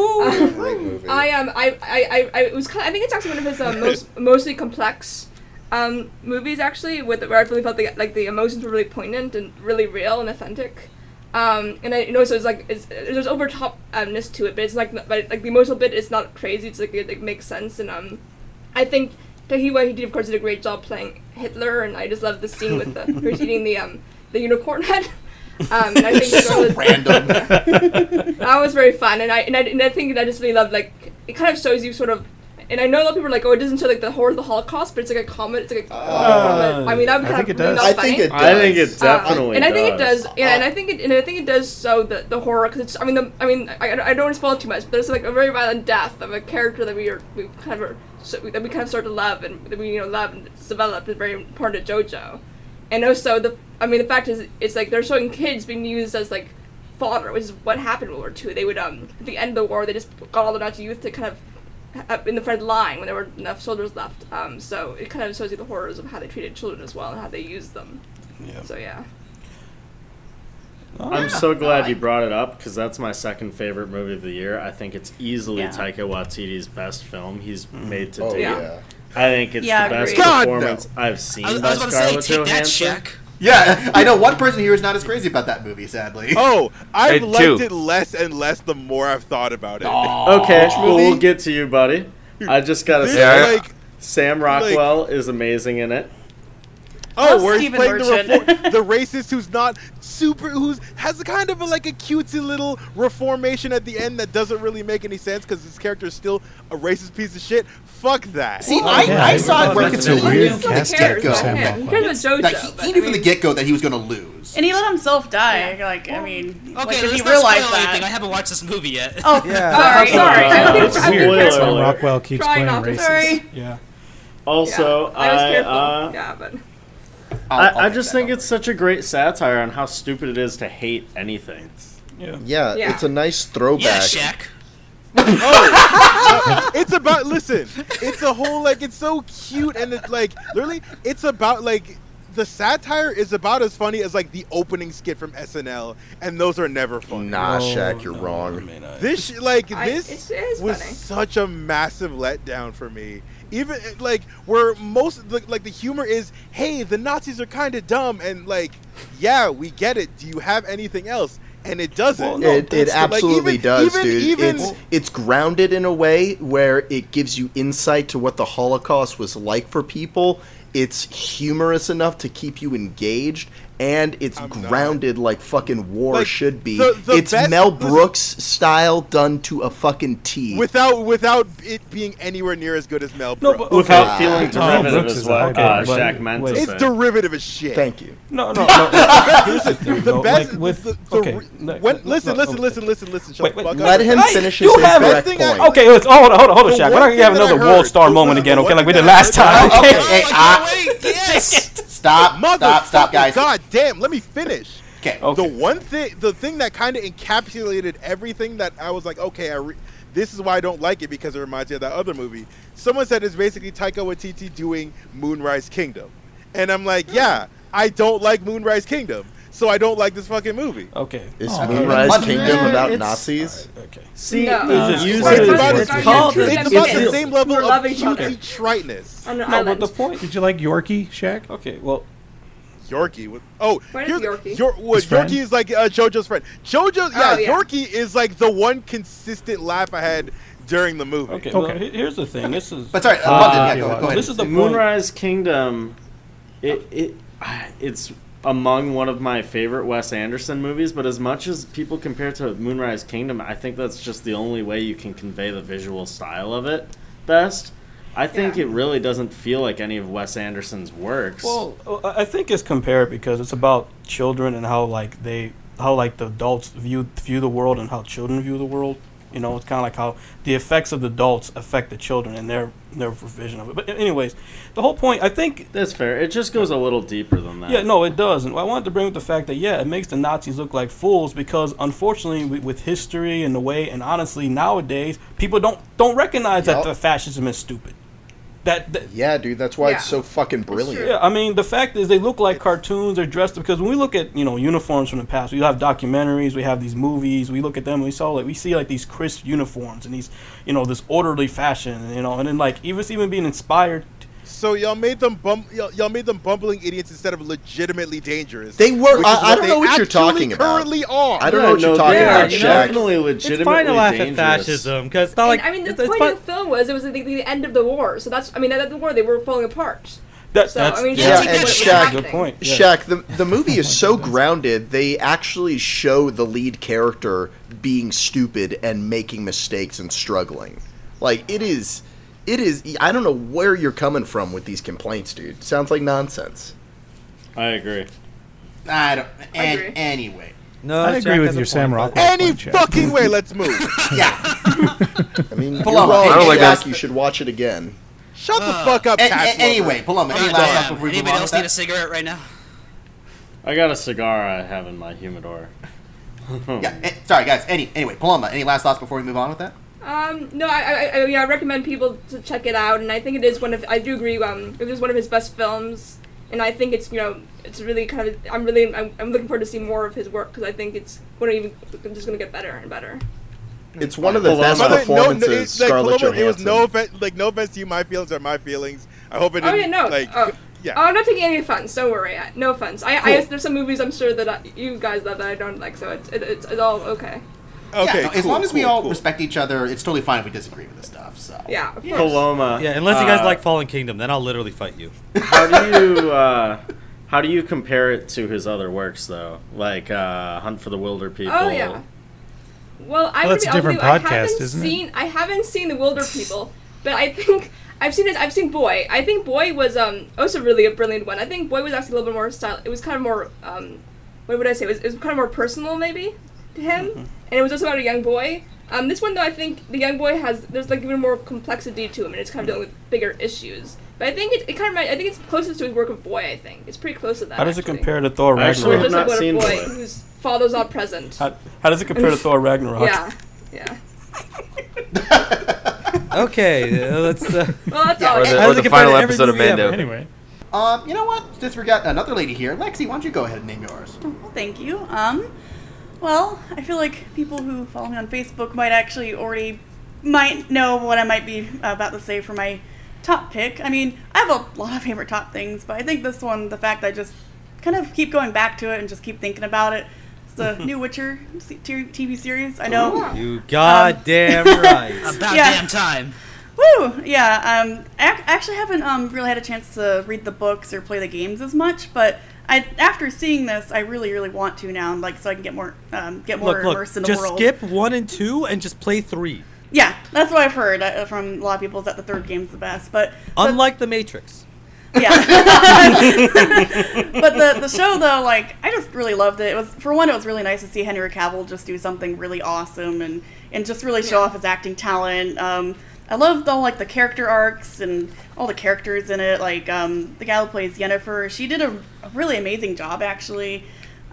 Um, I am. Um, I, I, I, I it was. Kind of, I think it's actually one of his uh, most mostly complex um, movies. Actually, with where I really felt the, like the emotions were really poignant and really real and authentic. Um, and I you know so it's like it's, there's over topness to it, but it's like but like the emotional bit is not crazy. It's like it, like, makes senence, and um, I think Taika Waititi of course did a great job playing Hitler, and I just love the scene with the who's eating the um the unicorn head. Um, and I think so that was very fun, and I and I, and I think I just really love like it kind of shows you sort of. And I know a lot of people are like, oh, it doesn't show like the horror of the Holocaust, but it's like a comment. It's like a comment. I mean, that would I kind think of it really does. not I funny. think it I think does. it Uh, definitely and I think does. it does. Yeah, and I think it and I think it does show the, the horror because it's. I mean, the, I mean, I, I don't want to spoil too much, but there's like a very violent death of a character that we are we kind of are, so we, that we kind of start to love and that we you know love and it's developed is very part of JoJo, and also the I mean the fact is it's like they're showing kids being used as like fodder, which is what happened in World War II. They would, um, at the end of the war, they just got all the Nazi youth to kind of up in the front line when there were enough soldiers left. Um, so it kind of shows you the horrors of how they treated children as well and how they used them. Yeah. So yeah. I'm so glad you brought it up because that's my second favorite movie of the year. I think it's easily Yeah. Taika Waititi's best film he's made to Oh, date. yeah. I think it's Yeah, the best agreed. God, no. performance I've seen I was- I by was about to say, Scarlett take that, Johansson. Shaq. Yeah, I know one person here is not as crazy about that movie, sadly. Oh, I've Hey, liked two. it less and less the more I've thought about it. Okay, well, we'll get to you, buddy. I just gotta This, say, like- Sam Rockwell is amazing in it. Oh, where he's Steven playing the, Merchant. refor- the racist who's not super, who's has a kind of a, like a cutesy little reformation at the end that doesn't really make any sense because his character is still a racist piece of shit. Fuck that. See, I, I saw it working That's a weird casting for Sam He Rockwell. he knew from the get go that he was going to lose. And he let himself die. Like, I mean, like, Okay, if let's you not realize spoil anything. I that. haven't watched this movie yet. Oh, Yeah. sorry. sorry. I It's I'm weird. That's why Uh, spoiler alert. Rockwell keeps playing Trying not to- racist. sorry. Yeah. uh, Also, I was I, careful. uh, yeah, but I, I'll I just think it's such a great satire on how stupid it is to hate anything. Yeah, Yeah, Yeah. it's a nice throwback. it's about listen. It's a whole like it's so cute and it's like literally it's about like the satire is about as funny as like the opening skit from SNL, and those are never funny. Nah, Oh, Shaq, you're wrong. This sh- like I- this it's- it is was funny. such a massive letdown for me. Even like where most like, like the humor is, hey, the Nazis are kind of dumb, and like, yeah, we get it. Do you have anything else? And it doesn't. it, it Oh, That's the- like, absolutely even- does, even- dude. Even it's it's grounded in a way where it gives you insight to what the Holocaust was like for people. It's humorous enough to keep you engaged, and it's grounded like fucking war Like, should be. the- the it's best- Mel listen- Brooks style done to a fucking T. without without it being anywhere near as good as Mel Brooks. but- Without okay. feeling Tom derivative Brooks is is what, okay, uh, but- Shaq meant to It's say. derivative as shit. Thank you. No, no, no. Here's the thing, the though, best. like, with- the, the, okay, re- no, when- no, listen, no, listen, okay. listen, listen, listen, shut the fuck up. Let him Hey, finish you his have incorrect it. point. Okay, let's hold on, hold on, hold on, The Shaq. We're not one gonna have thing that another I world heard- star moment again, okay? Like we did last time. Oh, Okay. stop, stop, stop, guys. God damn, let me finish. Okay. The one thing, the thing that kind of encapsulated everything that I was like, okay, I re- this is why I don't like it because it reminds me of that other movie. Someone said it's basically Taika Waititi doing Moonrise Kingdom, and I'm like, yeah, I don't like Moonrise Kingdom, so I don't like this fucking movie. Okay. Is Oh, Moonrise Kingdom about Nazis? okay. See, No. No. It's it's, just- about- it's it's about- just- it's it's about called- the it's- same level we're of loving you. cheesy triteness. On an No, island. but the point. Did you like Yorkie, Shaq? Okay, well, Yorkie. With, oh, Where is here's, Yorkie? Yor, what, His friend? Yorkie is like uh, JoJo's friend. JoJo, yeah, Oh, yeah. Yorkie is like the one consistent laugh I had during the movie. Okay, well, he- here's the thing. This is. But sorry, uh, Uh, This is the point. Moonrise Kingdom. It it it's among one of my favorite Wes Anderson movies. But as much as people compare to Moonrise Kingdom, I think that's just the only way you can convey the visual style of it best. I think it really doesn't feel like any of Wes Anderson's works. Well, I- I think it's compared because it's about children and how like they how like the adults view view the world and how children view the world. You know, it's kind of like how the effects of the adults affect the children and their their vision of it. But anyways, the whole point I think that's fair. It just goes a little deeper than that. yeah, no, it does. And I wanted to bring up the fact that yeah, it makes the Nazis look like fools because unfortunately, with, with history and the way, and honestly, nowadays people don't don't recognize that the fascism is stupid. That, that yeah, dude, that's why Yeah. it's so fucking brilliant. yeah, I mean, the fact is they look like cartoons. They're dressed because when we look at you know uniforms from the past, we have documentaries, we have these movies, we look at them, and we saw like we see like these crisp uniforms and these you know this orderly fashion, you know, and then like even even being inspired. So y'all made them bum- y'all, y'all made them bumbling idiots instead of legitimately dangerous. They were- which I- is I don't they know what you're actually talking about. Currently are. I don't know what you're talking about, Shaq. It's fine to laugh at fascism because it's not like and, I mean, the it's, it's point fun. of the film was it was the, the, the end of the war, so that's I mean at the war they were falling apart. That, so that's I mean, Yeah, that's and what- Shaq, Good point, yeah. Shaq, the, the movie is so grounded, they actually show the lead character being stupid and making mistakes and struggling. Like, it is, it is, I don't know where you're coming from with these complaints, dude. Sounds like nonsense. I agree. I don't. And, anyway. No, I agree with your Sam Rockwell. Any point, Shaq. fucking way, let's move. I mean, you're Paloma, wrong, I don't like Shaq, that. You should watch it again. Shut the Uh, fuck up, Pat Anyway, Paloma, any last stuff before we move Anybody on else with need that? a cigarette right now? I got a cigar I have in my humidor. Yeah, eh, sorry, guys. Any, anyway, Paloma, any last thoughts before we move on with that? Um, no, I, I, I, yeah, I recommend people to check it out, and I think it is one of I do agree. Um, it was one of his best films, and I think it's you know it's really kind of I'm really I'm, I'm looking forward to see more of his work because I think it's going to even I'm just going to get better and better. It's one of the Paloma- best By the way, no- no, performances it's like, Scarlett Paloma, It was Johansson. no offense, like no offense to you. My feelings are my feelings. I hope it Oh didn't. yeah, no. Like, oh. yeah. Oh, I'm not taking any offense. Don't worry. I- No offense. I, I Cool. there's some movies I'm sure that I, you guys love that I don't like, so it's it, it's, it's all okay. Yeah, no, as long as we all respect each other, it's totally fine if we disagree with this stuff. So Yeah, of course. Paloma. Yeah, unless you guys uh, like Fallen Kingdom, then I'll literally fight you. how do you uh, how do you compare it to his other works though like uh, hunt for the wilder people Oh yeah. Well, I'm Well, that's gonna be a different honest with you, I podcast, haven't isn't it? seen I haven't seen the Wilder People, but I think I've seen it. I've seen Boy. I think Boy was um also really a brilliant one. I think Boy was actually a little bit more style. It was kind of more um, what would I say? It was, it was kind of more personal maybe to him, and it was also about a young boy. Um, this one though, I think the young boy has there's like even more complexity to him, and it's kind of dealing with bigger issues. But I think it, it kind of remi- I think it's closest to his work of Boy. I think it's pretty close to that. How does it actually. compare to Thor I actually Ragnarok? have not What a seen boy Boy. whose father's not present. How, how does it compare to Thor Ragnarok? Yeah, yeah. Okay, uh, let's. Uh, Well, that's all How it is. does Or it the compare final to every episode of movie ever? Mando. Anyway. Um, you know what? Since we got another lady here, Lexi, why don't you go ahead and name yours? Well, thank you. Um, well, I feel like people who follow me on Facebook might actually already might know what I might be about to say for my top pick. I mean, I have a lot of favorite top things, but I think this one, the fact that I just kind of keep going back to it and just keep thinking about it. It's the new Witcher se- t- TV series. I know. You goddamn right. About Yeah. damn time. Woo! Yeah, um, I ac- actually haven't um, really had a chance to read the books or play the games as much, but I after seeing this, I really, really want to now, like, so I can get more, um, get more Look, look. immersed in the Just world. skip one and two and just play three. Yeah, that's what I've heard uh, from a lot of people is that the third game's the best, but Unlike the Matrix. but the the show though, like I just really loved it. It was for one, it was really nice to see Henry Cavill just do something really awesome and and just really show off his acting talent. Um, I loved all like the character arcs and all the characters in it. Like um, the gal who plays Yennefer, she did a, a really amazing job actually,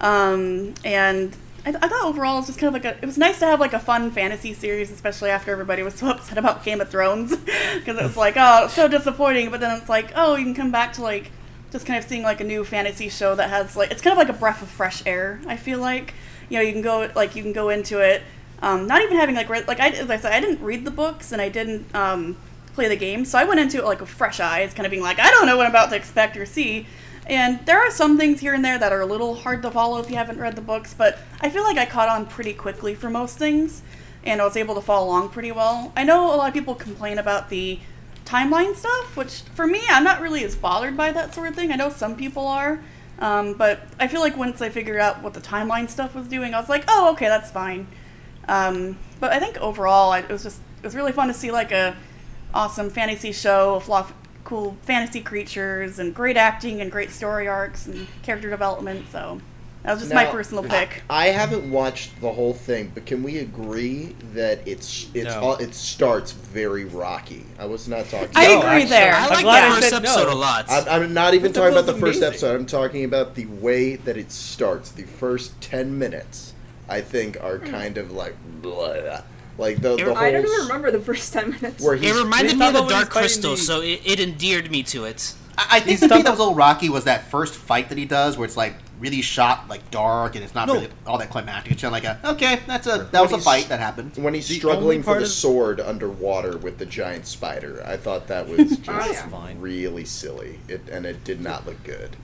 um, and. I, I thought overall it was just kind of like a. It was nice to have like a fun fantasy series, especially after everybody was so upset about Game of Thrones, because it was like, oh, it's so disappointing. But then it's like, oh, you can come back to like just kind of seeing like a new fantasy show that has like it's kind of like a breath of fresh air. I feel like you know you can go like you can go into it, um, not even having like read like I, as I said I didn't read the books and I didn't um, play the game, so I went into it like with fresh eyes, kind of being like I don't know what I'm about to expect or see. And there are some things here and there that are a little hard to follow if you haven't read the books, but I feel like I caught on pretty quickly for most things, and I was able to follow along pretty well. I know a lot of people complain about the timeline stuff, which for me, I'm not really as bothered by that sort of thing. I know some people are, um, but I feel like once I figured out what the timeline stuff was doing, I was like, oh, okay, that's fine. Um, but I think overall, I, it was just it was really fun to see like a awesome fantasy show, full of cool fantasy creatures, and great acting and great story arcs and character development. So that was just my Now, personal I- pick. I, haven't watched the whole thing, but can we agree that it's it's No. all, it starts very rocky? I was not talking. I No, agree actually, there. I I'm like glad the I first said no. episode a lot. I'm, I'm not even talking about the episode's first amazing. episode. I'm talking about the way that it starts. The first ten minutes, I think, Hmm. are kind of like blah. like the, the I don't whole even remember the first time. Where It he's- reminded We me thought of that the when Dark he's fighting Crystal, the- so it, it endeared me to it. I think the thing that was a little rocky was that first fight that he does, where it's like really shot, like dark, and it's not No. really all that climactic. It's kind of like a okay, that's a that was a he's- fight that happened. when he's The struggling only for part the of- sword underwater with the giant spider. I thought that Oh, was just really silly, it, and it did not look good.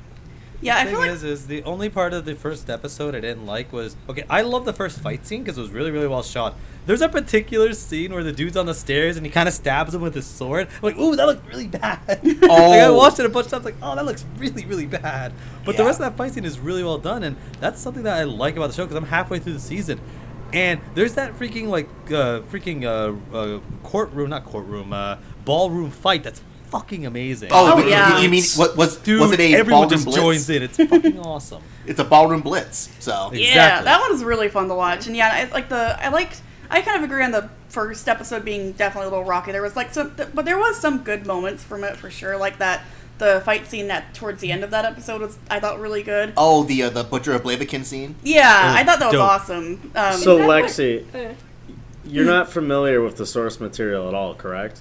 Yeah, the I thing feel like- is, is the only part of the first episode I didn't like was okay. I love the first fight scene because it was really, really well shot. There's a particular scene where the dude's on the stairs and he kind of stabs him with his sword. I'm like, ooh, that looked really bad. like, I Oh. watched it a bunch of times. Like, oh, that looks really, really bad. But the rest of that fight scene is really well done, and that's something that I like about the show because I'm halfway through the season, and there's that freaking like uh, freaking uh, uh, courtroom, not courtroom, uh, ballroom fight that's fucking amazing. Oh, Oh, yeah. you mean- what- was- Dude, was it a everyone ballroom just blitz? joins in? It's fucking awesome. It's a ballroom blitz, so Yeah, that one was really fun to watch, and yeah, I like the I liked I kind of agree on the first episode being definitely a little rocky. There was like some, th- but there was some good moments from it for sure. Like that the fight scene that towards the end of that episode was I thought really good. Oh, the uh, the butcher of Blaviken scene. Yeah, Oh. I thought that was dope. awesome. Um, so, that what- Lexi, uh, you're not familiar with the source material at all, correct?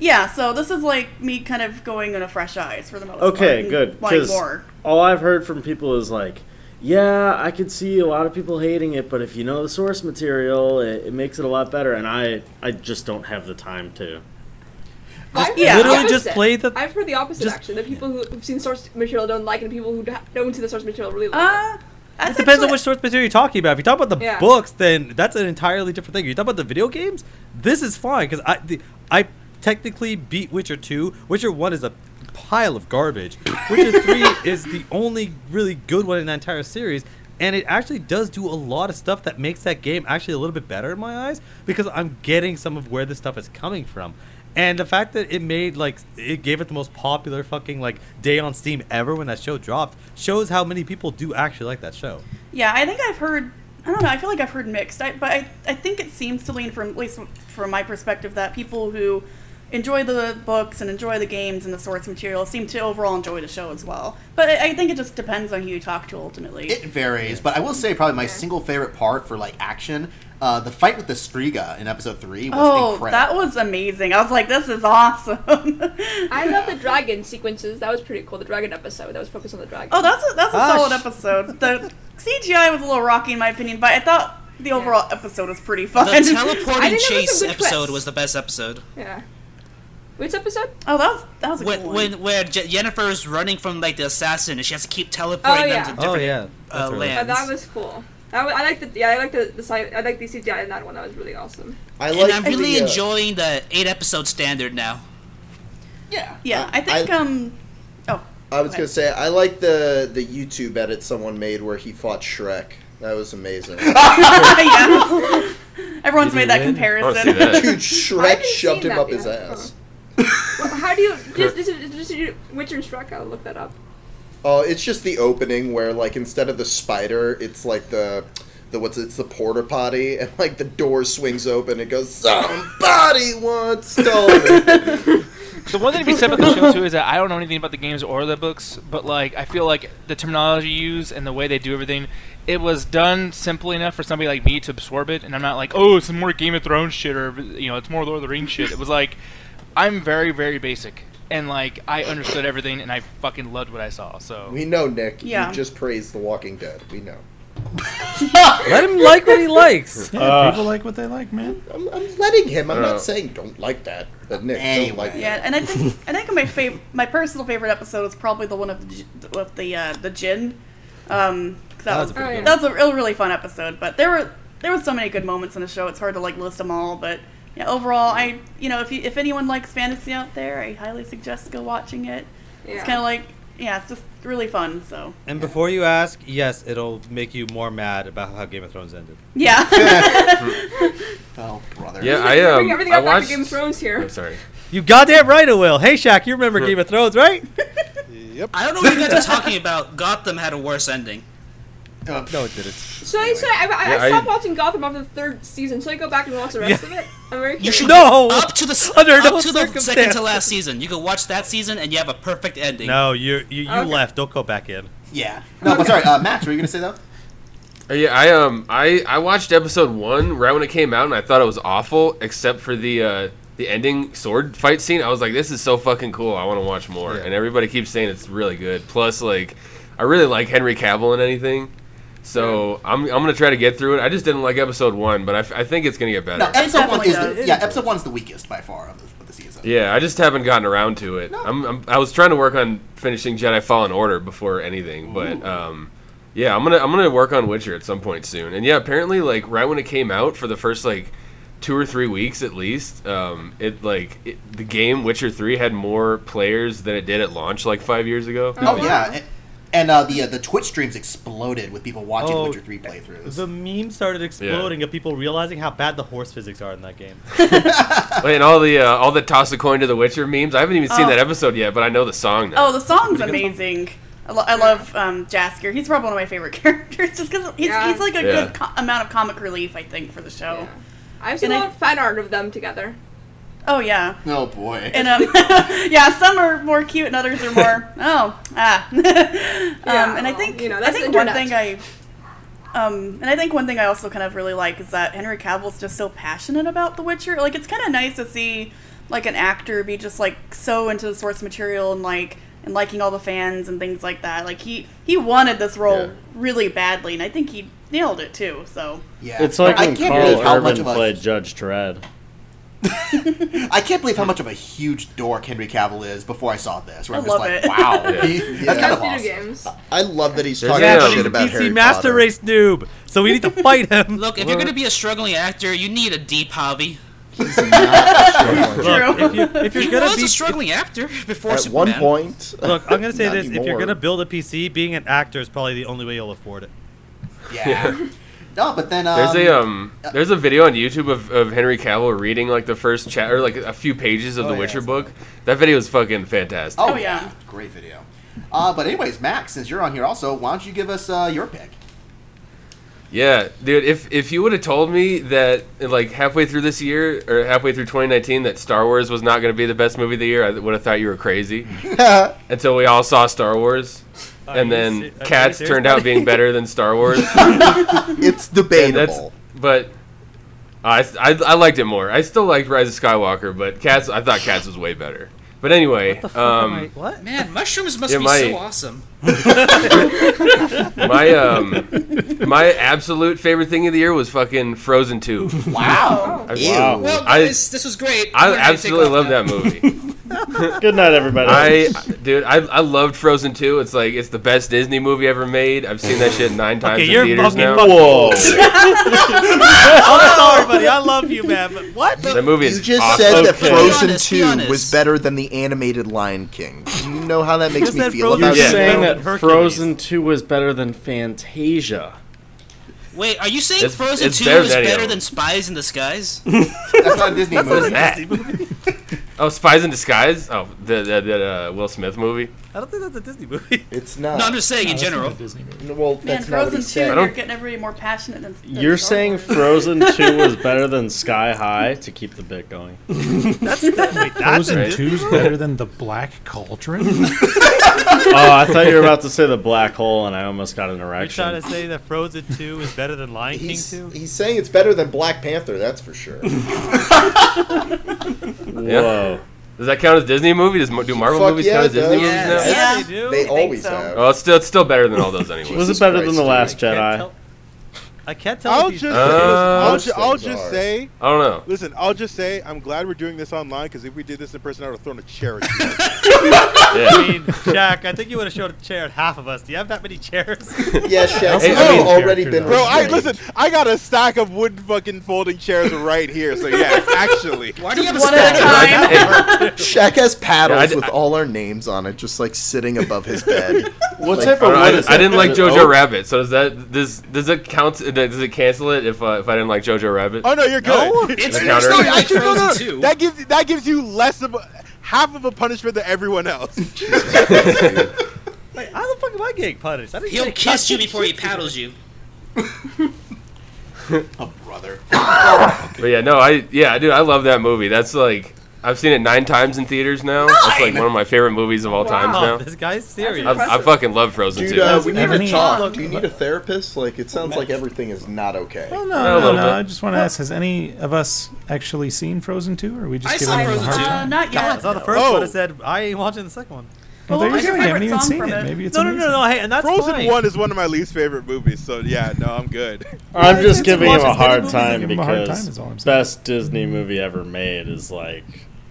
yeah, so this is like me kind of going in a fresh eyes for the most part. Okay, and good. Wanting Because more. all I've heard from people is like, yeah, I could see a lot of people hating it, but if you know the source material, it, it makes it a lot better. And I, I just don't have the time to. I've heard yeah. the literally just opposite. play the- I've heard the opposite just- actually. The people who have seen source material don't like, it, and people who d- don't see the source material really like. Uh, It depends on which source material you're talking about. If you talk about the Yeah. books, then that's an entirely different thing. If you talk about the video games, this is fine because I the, I technically beat Witcher two. Witcher one is a pile of garbage. Witcher three is the only really good one in the entire series. And it actually does do a lot of stuff that makes that game actually a little bit better in my eyes because I'm getting some of where this stuff is coming from. And the fact that it made like it gave it the most popular fucking like day on Steam ever when that show dropped shows how many people do actually like that show. Yeah, I think I've heard. I don't know. I feel like I've heard mixed. I, but I, I think it seems to lean from at least from my perspective that people who enjoy the books and enjoy the games and the source material seem to overall enjoy the show as well. But I I think it just depends on who you talk to ultimately. It varies, but I will say probably my single favorite part for like action, uh, the fight with the Striga in episode three was oh, incredible. that was amazing! I was like, this is awesome. I love the dragon sequences. That was pretty cool. The dragon episode that was focused on the dragon. Oh, that's a, that's a Ah, solid episode. The CGI was a little rocky in my opinion, but I thought the overall episode was pretty fun. The I teleporting think that was a chase good episode twist. was the best episode. Yeah. Which episode? Oh, that was that was a When, good one. when where Je- Jennifer's running from like the assassin and she has to keep teleporting Oh, yeah. them to Oh, different yeah. uh, That's really- But lands. that was cool. That was, I like the yeah. I like the, the side. I like the CGI in that one. That was really awesome. I and like I'm really the, uh, enjoying the eight episode standard now. yeah, I think um, I was Okay. gonna say I like the the YouTube edit someone made where he fought Shrek. That was amazing. yeah. Everyone's made that comparison. Dude, Shrek shoved seen him that up his yet. ass. Well, How do you just this is just you, Witcher and Shrek? I'll look that up. Oh, it's just the opening where like instead of the spider, it's like the the what's it's the porta potty and like the door swings open. It goes somebody once stole it. The one thing to be said about the show too is that I don't know anything about the games or the books, but like I feel like the terminology used and the way they do everything, it was done simply enough for somebody like me to absorb it, and I'm not like, oh, it's more Game of Thrones shit or you know, it's more Lord of the Rings shit. It was like, I'm very very basic, and like I understood everything, and I fucking loved what I saw. So We know, Nick. Yeah. You just praised The Walking Dead. We know. Let him like what he likes. Yeah, Uh, people like what they like, man. I'm, I'm letting him. I'm Uh. not saying don't like that. But Nick, don't like Yeah, that. and I think I think my fav- my personal favorite episode is probably the one of the, gi- with the uh, the gin. Um, 'cause that, That was was, a Oh, pretty good that's a real, really fun episode. But there were there were so many good moments in the show. It's hard to like list them all, but yeah, overall, I you know if you if anyone likes fantasy out there, I highly suggest go watching it. It's Yeah. kind of like yeah, it's just really fun. So And before you ask, yes, it'll make you more mad about how Game of Thrones ended. yeah. oh brother. Yeah, Bring I um, everything I up back to watched. Game of Thrones here. I'm sorry. You goddamn right it will. Hey Shaq, you remember Game of Thrones, right? I don't know what you guys are talking about. Gotham had a worse ending. No, it didn't. So I so I, I, Yeah, I I- stopped watching Gotham after the third season. So I go back and watch the rest of it. I'm very You curious. should No! up to the s- Under up no to the second circumstances. to last season. You can watch that season and you have a perfect ending. No, you Oh, you, you Okay. left. Don't go back in. Yeah. No, but sorry, uh, Max, were you gonna say that? Uh, Yeah, I um, I I watched episode one right when it came out, and I thought it was awful, except for the uh, the ending sword fight scene. I was like, this is so fucking cool. I want to watch more. And everybody keeps saying it's really good. Plus, like, I really like Henry Cavill and anything. So I'm, I'm gonna try to get through it. I just didn't like episode one, but I, f- I think it's gonna get better. No, episode one definitely is the, does. yeah, episode one's the weakest by far of the, of the season. Yeah, I just haven't gotten around to it. I'm, I'm I was trying to work on finishing Jedi Fallen Order before anything, but um, yeah, I'm gonna I'm gonna work on Witcher at some point soon. And yeah, apparently like right when it came out for the first like two or three weeks at least, um, it like it, the game Witcher Three had more players than it did at launch like five years ago. Oh yeah, and, and uh, the uh, the Twitch streams exploded with people watching Oh, the Witcher three playthroughs. The meme started exploding of people realizing how bad the horse physics are in that game. and all the uh, all the toss a coin to the Witcher memes. I haven't even seen Oh. that episode yet, but I know the song now. Oh, the song's amazing. I, lo- I love um, Jasker. He's probably one of my favorite characters just because he's, Yeah. he's like a Yeah. good co- amount of comic relief, I think, for the show. Yeah. I've seen And a I- lot of fan art of them together. Oh, yeah. oh boy. And um, yeah, some are more cute and others are more oh ah. um, and I well, think you know, I that's think the one internet. thing I um, and I think one thing I also kind of really like is that Henry Cavill's just so passionate about The Witcher. Like it's kind of nice to see like an actor be just like so into the source material and like and liking all the fans and things like that. Like he he wanted this role Yeah. really badly, and I think he nailed it too. So yeah, It's like I when can't Carl believe how much Urban of a played Judge Dredd. I can't believe how much of a huge dork Henry Cavill is before I saw this. Where I I'm love just it. like, wow, Yeah. he- that's kind Guys, of awesome. video games. I love that he's There's talking a- um, shit Yeah, about PC Harry master Potter. race noob, so we need to fight him. Look, if you're gonna be a struggling actor, you need a deep hobby. true. If, you, if He you're gonna was be a struggling actor before At one Superman. point, Look, I'm gonna say Not this: if you're anymore. gonna build a PC, being an actor is probably the only way you'll afford it. Yeah. no, but then um, There's a um, there's a video on YouTube of, of Henry Cavill reading like the first chapter, or like a few pages of Oh, the yeah, Witcher it's book. That video is fucking fantastic. Oh, Oh, yeah. yeah. Great video. Uh, but anyways, Max, since you're on here also, why don't you give us uh, your pick? Yeah, dude. If if you would have told me that like halfway through this year or halfway through 2019 that Star Wars was not going to be the best movie of the year, I would have thought you were crazy. Until we all saw Star Wars, and you then se- are you Cats serious, turned out buddy? being better than Star Wars. it's And that's- debatable. but I, I I liked it more. I still liked Rise of Skywalker, but Cats I thought Cats was way better. But anyway, um, What? Man, mushrooms must Yeah, be my- so awesome. my um my absolute favorite thing of the year was fucking Frozen 2. Wow. I, Wow. Well, I, guys, this was great. I We're gonna take absolutely off love now. that movie. Good night, everybody. I dude, I, I loved Frozen 2. It's like it's the best Disney movie ever made. I've seen that shit 9 times Okay, in you're theaters fucking now. fucking- Whoa. Oh, I'm sorry, buddy. I love you, man. But what? That movie is You just awesome. said that Okay. Frozen Be honest, be 2 honest. was better than the animated Lion King. Do you know how that makes Just me said feel Frozen about You're Yeah. saying that Hercules. Frozen 2 was better than Fantasia. Wait, are you saying It's- Frozen it's 2 better is than any better of them. than Spies in Disguise? That's not a Disney movie. Oh, Spies in Disguise? Oh, the the, the uh, Will Smith movie. I don't think that's a Disney movie. It's No, I'm not. just saying in general. Well, Man, that's not what Frozen he Two, said. I don't- you're getting everybody more passionate than. than You're Star saying Wars. Frozen 2 was better than Sky High to keep the bit going. Frozen right. Two's better than the Black Cauldron. Oh, I thought you were about to say the black hole, and I almost got an Are you trying to erection. say that Frozen 2 is better than Lion King He's, 2? he's saying it's better than Black Panther, that's for sure. Whoa. Does that count as Disney movie? Does Mo- do Marvel Fuck movies yeah, count as it Disney does. movies now? Yeah. Yeah. They do? They think always so. have. Well, Oh, it's still it's still better than all those anyway. Was Jesus it better Christ, than The dude. Last Can't Jedi? tell- I can't Oh, tell. I'll if just, you- Uh, I'll, ju- I'll Most things just are. say, I don't know. listen, I'll just say, I'm glad we're doing this online because if we did this in person, I would have thrown a chair at you. Yeah. I mean, Jack, I think you would have showed a chair at half of us. Do you have that many chairs? Yeah, Shaq, Hey, you've I mean- already been Bro, I restrained. listen. I got a stack of wood fucking folding chairs right here. So yeah, actually, Why do you have a One at a stack? time. Shaq has paddles Yeah, I d- with I- all our names on it, just like sitting above his bed. What Like, type I, of don't know, I wood is didn't, I that? didn't like Is it Jojo oak? Rabbit, so does that does does it count? uh, Does it cancel it if uh, if I didn't like Jojo Rabbit? Oh no, you're good. It's The it's counter. not Yeah, like Actually, no, no, Frozen 2. That gives that gives you less of a, half of a punishment than everyone else. Wait, how the fuck am I getting punished? I didn't He'll get kiss you before he paddles you. Oh, But yeah, no, I yeah, dude, I love that movie. That's like I've seen it nine times in theaters now. That's like one of my favorite movies of all Oh, times this guy's serious. now. I, I fucking love Frozen Dude, too. uh, we need Ebony. to talk. Look- Do you need a therapist? Like, it sounds like everything is not okay. Well, Yeah, a no, no, little no. bit. I just want to ask: Has any of us actually seen Frozen Two, or are we just I giving saw them a Frozen hard two. Uh, time? not I yet. saw the first Oh. one. I said I ain't watching the second one. Well, Well, there what's you your go. You haven't favorite even song seen from it. it? Maybe it's No, no, amazing. no, no. Hey, and that's Frozen fine. One is one of my least favorite movies. So yeah, no, I'm good. I'm just it's giving him watching a hard Disney movies, I time give him a hard time, because is all I'm saying. best Disney movie ever made is like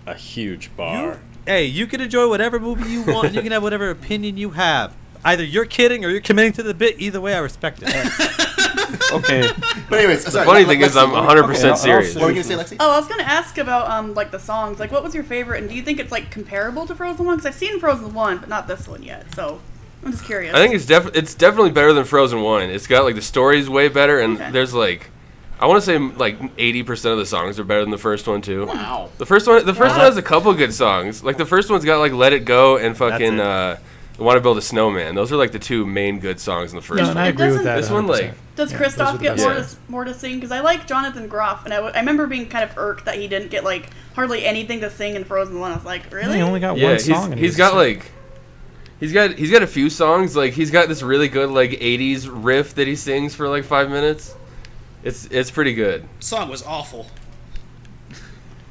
a huge bar. Hey, you can enjoy whatever movie you want. and you can have whatever opinion you have. Either you're kidding or you're committing to the bit. Either way, I respect it. Okay. But anyways, the The funny thing is, I'm 100 Okay, I'll- percent I'll serious. What were you gonna say, Lexi? Oh, I was gonna ask about um like the songs. Like, what was your favorite, and do you think it's like comparable to Frozen One? Because I've seen Frozen One, but not this one yet. So I'm just curious. I think it's def- it's definitely better than Frozen One. It's got like the story's way better, and Okay. there's like, I want to say m- like eighty percent of the songs are better than the first one too. Wow. The first one, the first one has a couple good songs. Like the first one's got like "Let It Go" and fucking it. uh, "Want to Build a Snowman." Those are like the two main good songs in the first No, and one. I It agree with doesn't- that. This one, 100%. like- Does Yeah, Kristoff those are the get best more to, ones. more to sing? Because I like Jonathan Groff, and I, w- I remember being kind of irked that he didn't get like hardly anything to sing in Frozen One. I was like, Yeah, really? He only got yeah, one he's, song. and he's it was- got like. He's got he's got a few songs like he's got this really good like '80s riff that he sings for like five minutes. It's it's pretty good. song was awful.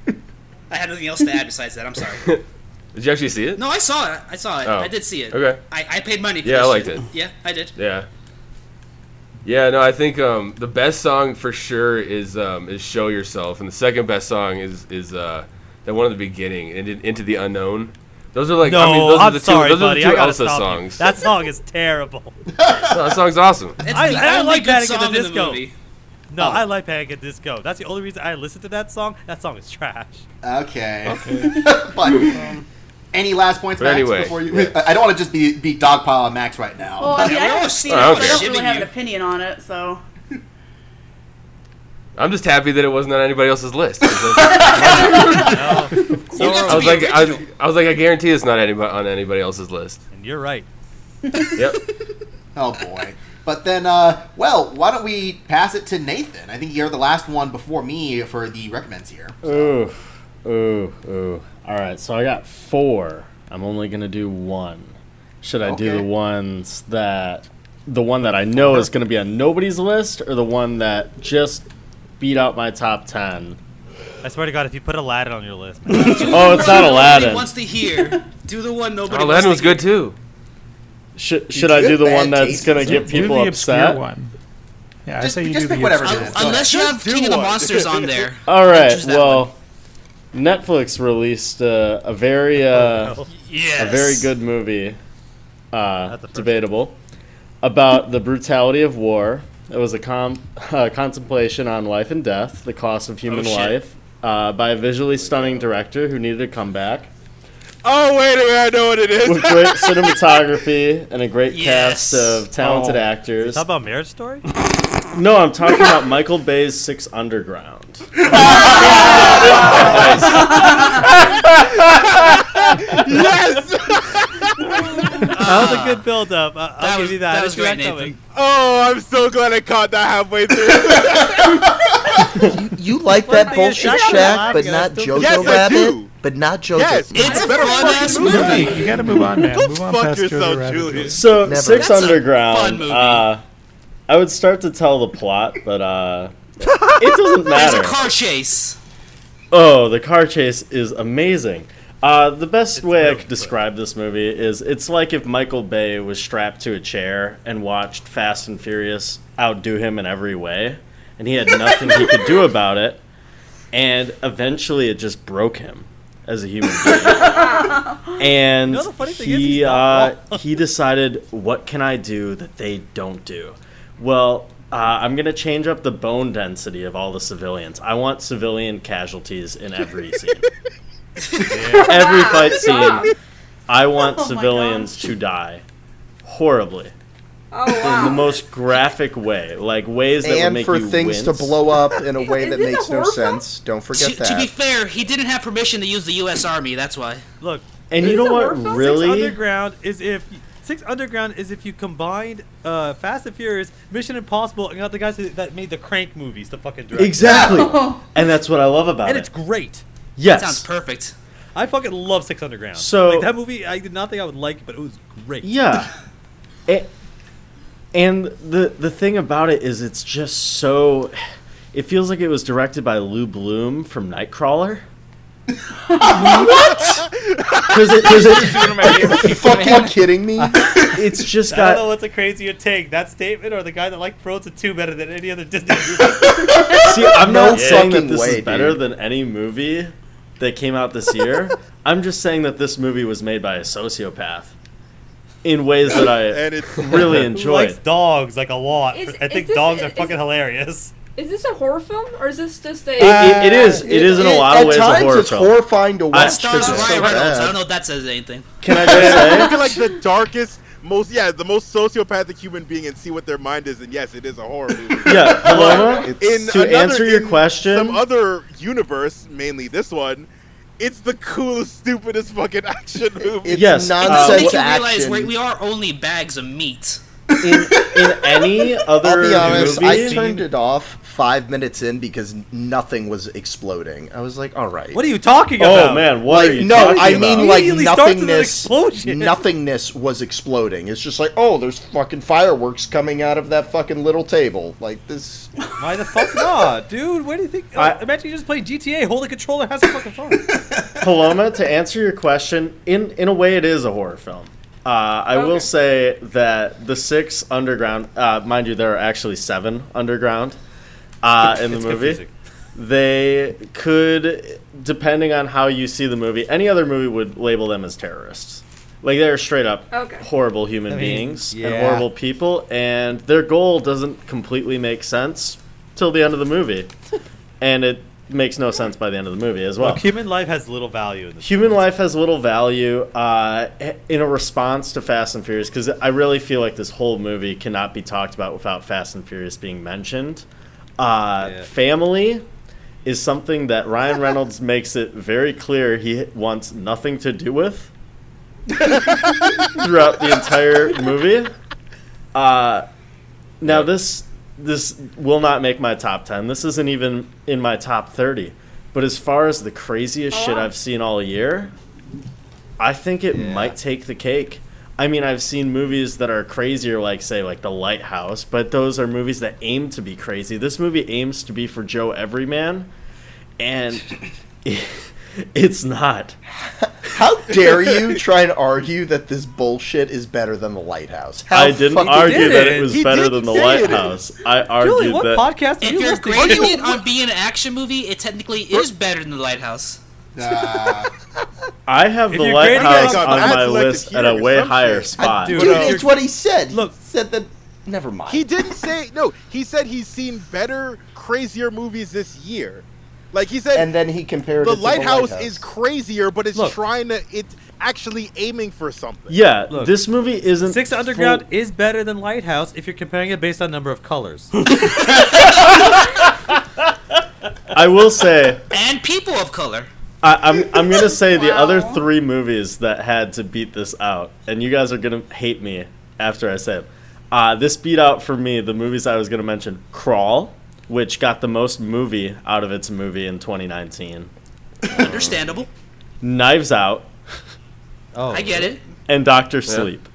I had nothing else to add besides that. I'm sorry. Did you actually see it? No, I saw it. I saw it. Oh. I did see it. Okay. I, I paid money for Yeah, I this liked shit. it. Yeah, I did. Yeah. Yeah, no, I think um, the best song for sure is um, is "Show Yourself," and the second best song is is uh, that one at the beginning and in- into the unknown. Those are like no, I mean, those am are the two, Oh, sorry, those buddy. are the I two gotta Elsa stop you. songs. That song is terrible. No, that song's awesome. It's I- the I only like good Panic at the song in the Disco. movie. Oh. No, I like Panic at Disco. That's the only reason I listen to that song. That song is trash. Okay. but um, any last points, But Max? anyway, before you, I I don't want to just be be dogpile on Max right now. Well, I mean, I haven't seen it, Oh, so I don't okay. really have an Shitting you. opinion on it. So I'm just happy that it wasn't on anybody else's list. I was You got to like, I was be like, I, original. was- I was like, I guarantee it's not anybody on anybody else's list. And you're right. Yep. oh boy. But then, uh, well, why don't we pass it to Nathan? I think you're the last one before me for the recommends here. Ooh, ooh, ooh. All right, so I got four. I'm only gonna do one. Should I do Okay. the ones that the one that I know is gonna be on nobody's list, or the one that just beat out my top ten? I swear to God, if you put Aladdin on your list, Oh, it's not Aladdin. Wants to hear. Do the one nobody. wants Aladdin was to good too. Should should I do the one that's gonna get people upset? one. Yeah, Just- I say you just do pick the whatever obscure it is. one. Go Unless you ahead. have King of the Monsters on there. All right. Choose that Well, Netflix released uh, a very Oh, uh, a very Yes. good movie, uh, debatable, about the brutality of war. It was a com- uh, contemplation on life and death, the cost of Oh, human shit. life, uh, by a visually stunning director who needed a comeback Oh wait a minute, I know what it is. with great cinematography and a great Yes. cast of talented Oh. actors. talk about Marriage Story. No, I'm talking about Michael Bay's Six Underground. that was a good build-up. I- I'll That give was- you that. that I was didn't see great, coming. Nathan. Oh, I'm so glad I caught that halfway through. You like Funny that thing is, bullshit, Shaq, Shaq O'Lappian but is not still- Jojo Yes, I do. Rabbit. But not Jojo. Yes. It's a fun ass movie. Hey, you gotta move on, man. Go move on fuck past yourself, Jojo Rabbit. Julius. So Never. Six That's a fun Underground. movie. Uh, I would start to tell the plot, but uh, it There's doesn't matter. a car chase. oh, the car chase is amazing. Uh, the best way I could describe this movie is it's like if Michael Bay was strapped to a chair and watched Fast and Furious outdo him in every way, and he had nothing he could do about it, and eventually it just broke him as a human being. and You know, the funny thing is he's he not uh, he decided, what can I do that they don't do? Well, uh, I'm gonna change up the bone density of all the civilians. I want civilian casualties in every scene, every Oh fight scene. I want Oh my civilians to die horribly Oh in wow. the most graphic way, like ways that would And make for you things to wince. blow up in a way Is that this a makes no horror film? sense. Don't To, forget to be that. fair, he didn't have permission to use the U.S. Army. That's why. Look, And you Is know it what? worth it? Six Six Really, Underground is if Six Underground is if you combined uh, Fast and Furious, Mission Impossible, and got the guys that made the Crank movies to fucking direct. Exactly. and that's what I love about And it. it's great. yes. Sounds perfect. I fucking love Six Underground. So- like, that movie, I did not think I would like, it, but it was great. yeah. A- and the the thing about it is it's just so it feels like it was directed by Lou Bloom from Nightcrawler. what? Cuz it, 'cause it, You fucking kidding me? it's just I don't know got what's a crazier take, that statement or the guy that liked Frozen 2 better than any other Disney movie. See, I'm No not saying that fucking this way, is better dude. than any movie that came out this year. I'm just saying that this movie was made by a sociopath in ways that I and it's really Who likes enjoyed. dogs like a lot. Is- I is think this- dogs are is- fucking hilarious. Is this a horror film or is this just a? It- it- it is. It is in a lot of Uh, At ways a times, horror it's film. horrifying to That watch stars because it's so Ryan Reynolds. I don't bad. know if that says anything. Can I just say? look at like the darkest, most yeah, the most sociopathic human being and see what their mind is. And yes, it is a horror movie. yeah, Paloma. In to another- answer your in question, Some other universe, mainly this one, it's the coolest, stupidest fucking action movie. It's Yes, uh, nonsense Does make you realize action. we we are only bags of meat. in, in any other I'll be honest, I movie, turned it off five minutes in because nothing was exploding. I was like, all right. What are you talking about? oh man, what Like, are you no, talking I mean about? like Immediately starts with an nothingness. explosion. Nothingness was exploding. It's just like, oh, there's fucking fireworks coming out of that fucking little table. Like this. Why the fuck not? Dude, where do you think. I- imagine you just play GTA, hold a controller, have some fucking fun. Paloma, to answer your question, in in a way, it is a horror film. Uh, I will Okay. say that the six underground, uh, mind you, there are actually seven underground uh, in the It's movie. confusing. They could, depending on how you see the movie, any other movie would label them as terrorists. Like they're straight up Okay. horrible human I mean, beings and yeah. horrible people, and their goal doesn't completely make sense till the end of the movie, and it makes no sense by the end of the movie as well. Look, human life has little value in this. Human life has little value uh, in a response to Fast and Furious because I really feel like this whole movie cannot be talked about without Fast and Furious being mentioned. Uh, Yeah. Family is something that Ryan Reynolds makes it very clear he wants nothing to do with throughout the entire movie. Uh, Now this this will not make my top ten. This isn't even in my top thirty. But as far as the craziest shit I've seen all year, I think it might take the cake. I mean, I've seen movies that are crazier, like say, like The Lighthouse, but those are movies that aim to be crazy. This movie aims to be for Joe Everyman, and it's not. How dare you try and argue that this bullshit is better than the lighthouse? How I didn't fucking argue dare that you? it was He better did than the say it is. Lighthouse. I argued that podcast If you're grading it on being an action movie, it technically is better than The Lighthouse. I have If the you're grading it Lighthouse on- on I'd my like to list hear at a way some higher shit. spot. Dude, it's what he said. Look, Look. he said that. Never mind. He didn't say no. He said he's seen better, crazier movies this year. Like he said, and then he compared the, it to lighthouse the lighthouse is crazier, but it's Look. trying to. It's actually aiming for something. Yeah, Look. this movie isn't. Six full- Underground is better than Lighthouse if you're comparing it based on number of colors. I will say, And people of color. I, I'm I'm gonna say the other three movies that had to beat this out, and you guys are gonna hate me after I say it. Uh, this beat out for me the movies I was gonna mention: Crawl, which got the most movie out of its movie in 2019; Understandable. Knives Out, Oh, I get it. and Doctor Sleep.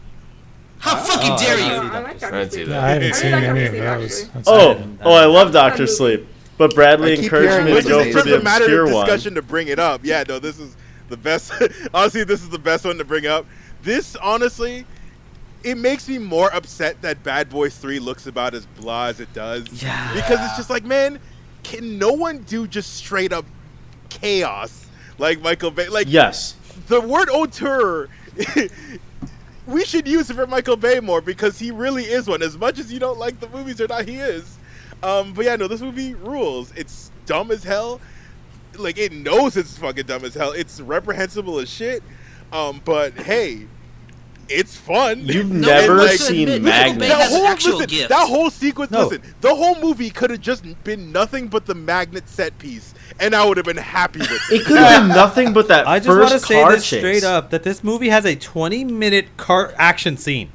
How fucking dare Uh, you? I like Doctor I'd see Sleep. Yeah, I that. haven't I seen like any of Doctor those. Sleep, That's Oh, not- oh, I love That's Doctor a movie. Sleep, but I Bradley keep encouraged hearing me to this go is- for doesn't the matter obscure of one. discussion to bring it up. Yeah, no, this is the best. honestly, this is the best one to bring up. This honestly, it makes me more upset that Bad Boys Three looks about as blah as it does. Yeah. Because it's just like, man, can no one do just straight up chaos like Michael Bay? Like, Yes, the word auteur we should use it for michael bay more because he really is one as much as you don't like the movies or not he is um, but yeah no this movie rules it's dumb as hell like it knows it's fucking dumb as hell it's reprehensible as shit um, but hey it's fun You've And, never like, seen Michael Bay Magnet. has that an whole, actual listen, gift. that whole sequence, No. listen, the whole movie could have just been nothing but the magnet set piece, and I would have been happy with it. it could have been nothing but that I just want to first say car this chase. straight up that this movie has a 20 minute car action scene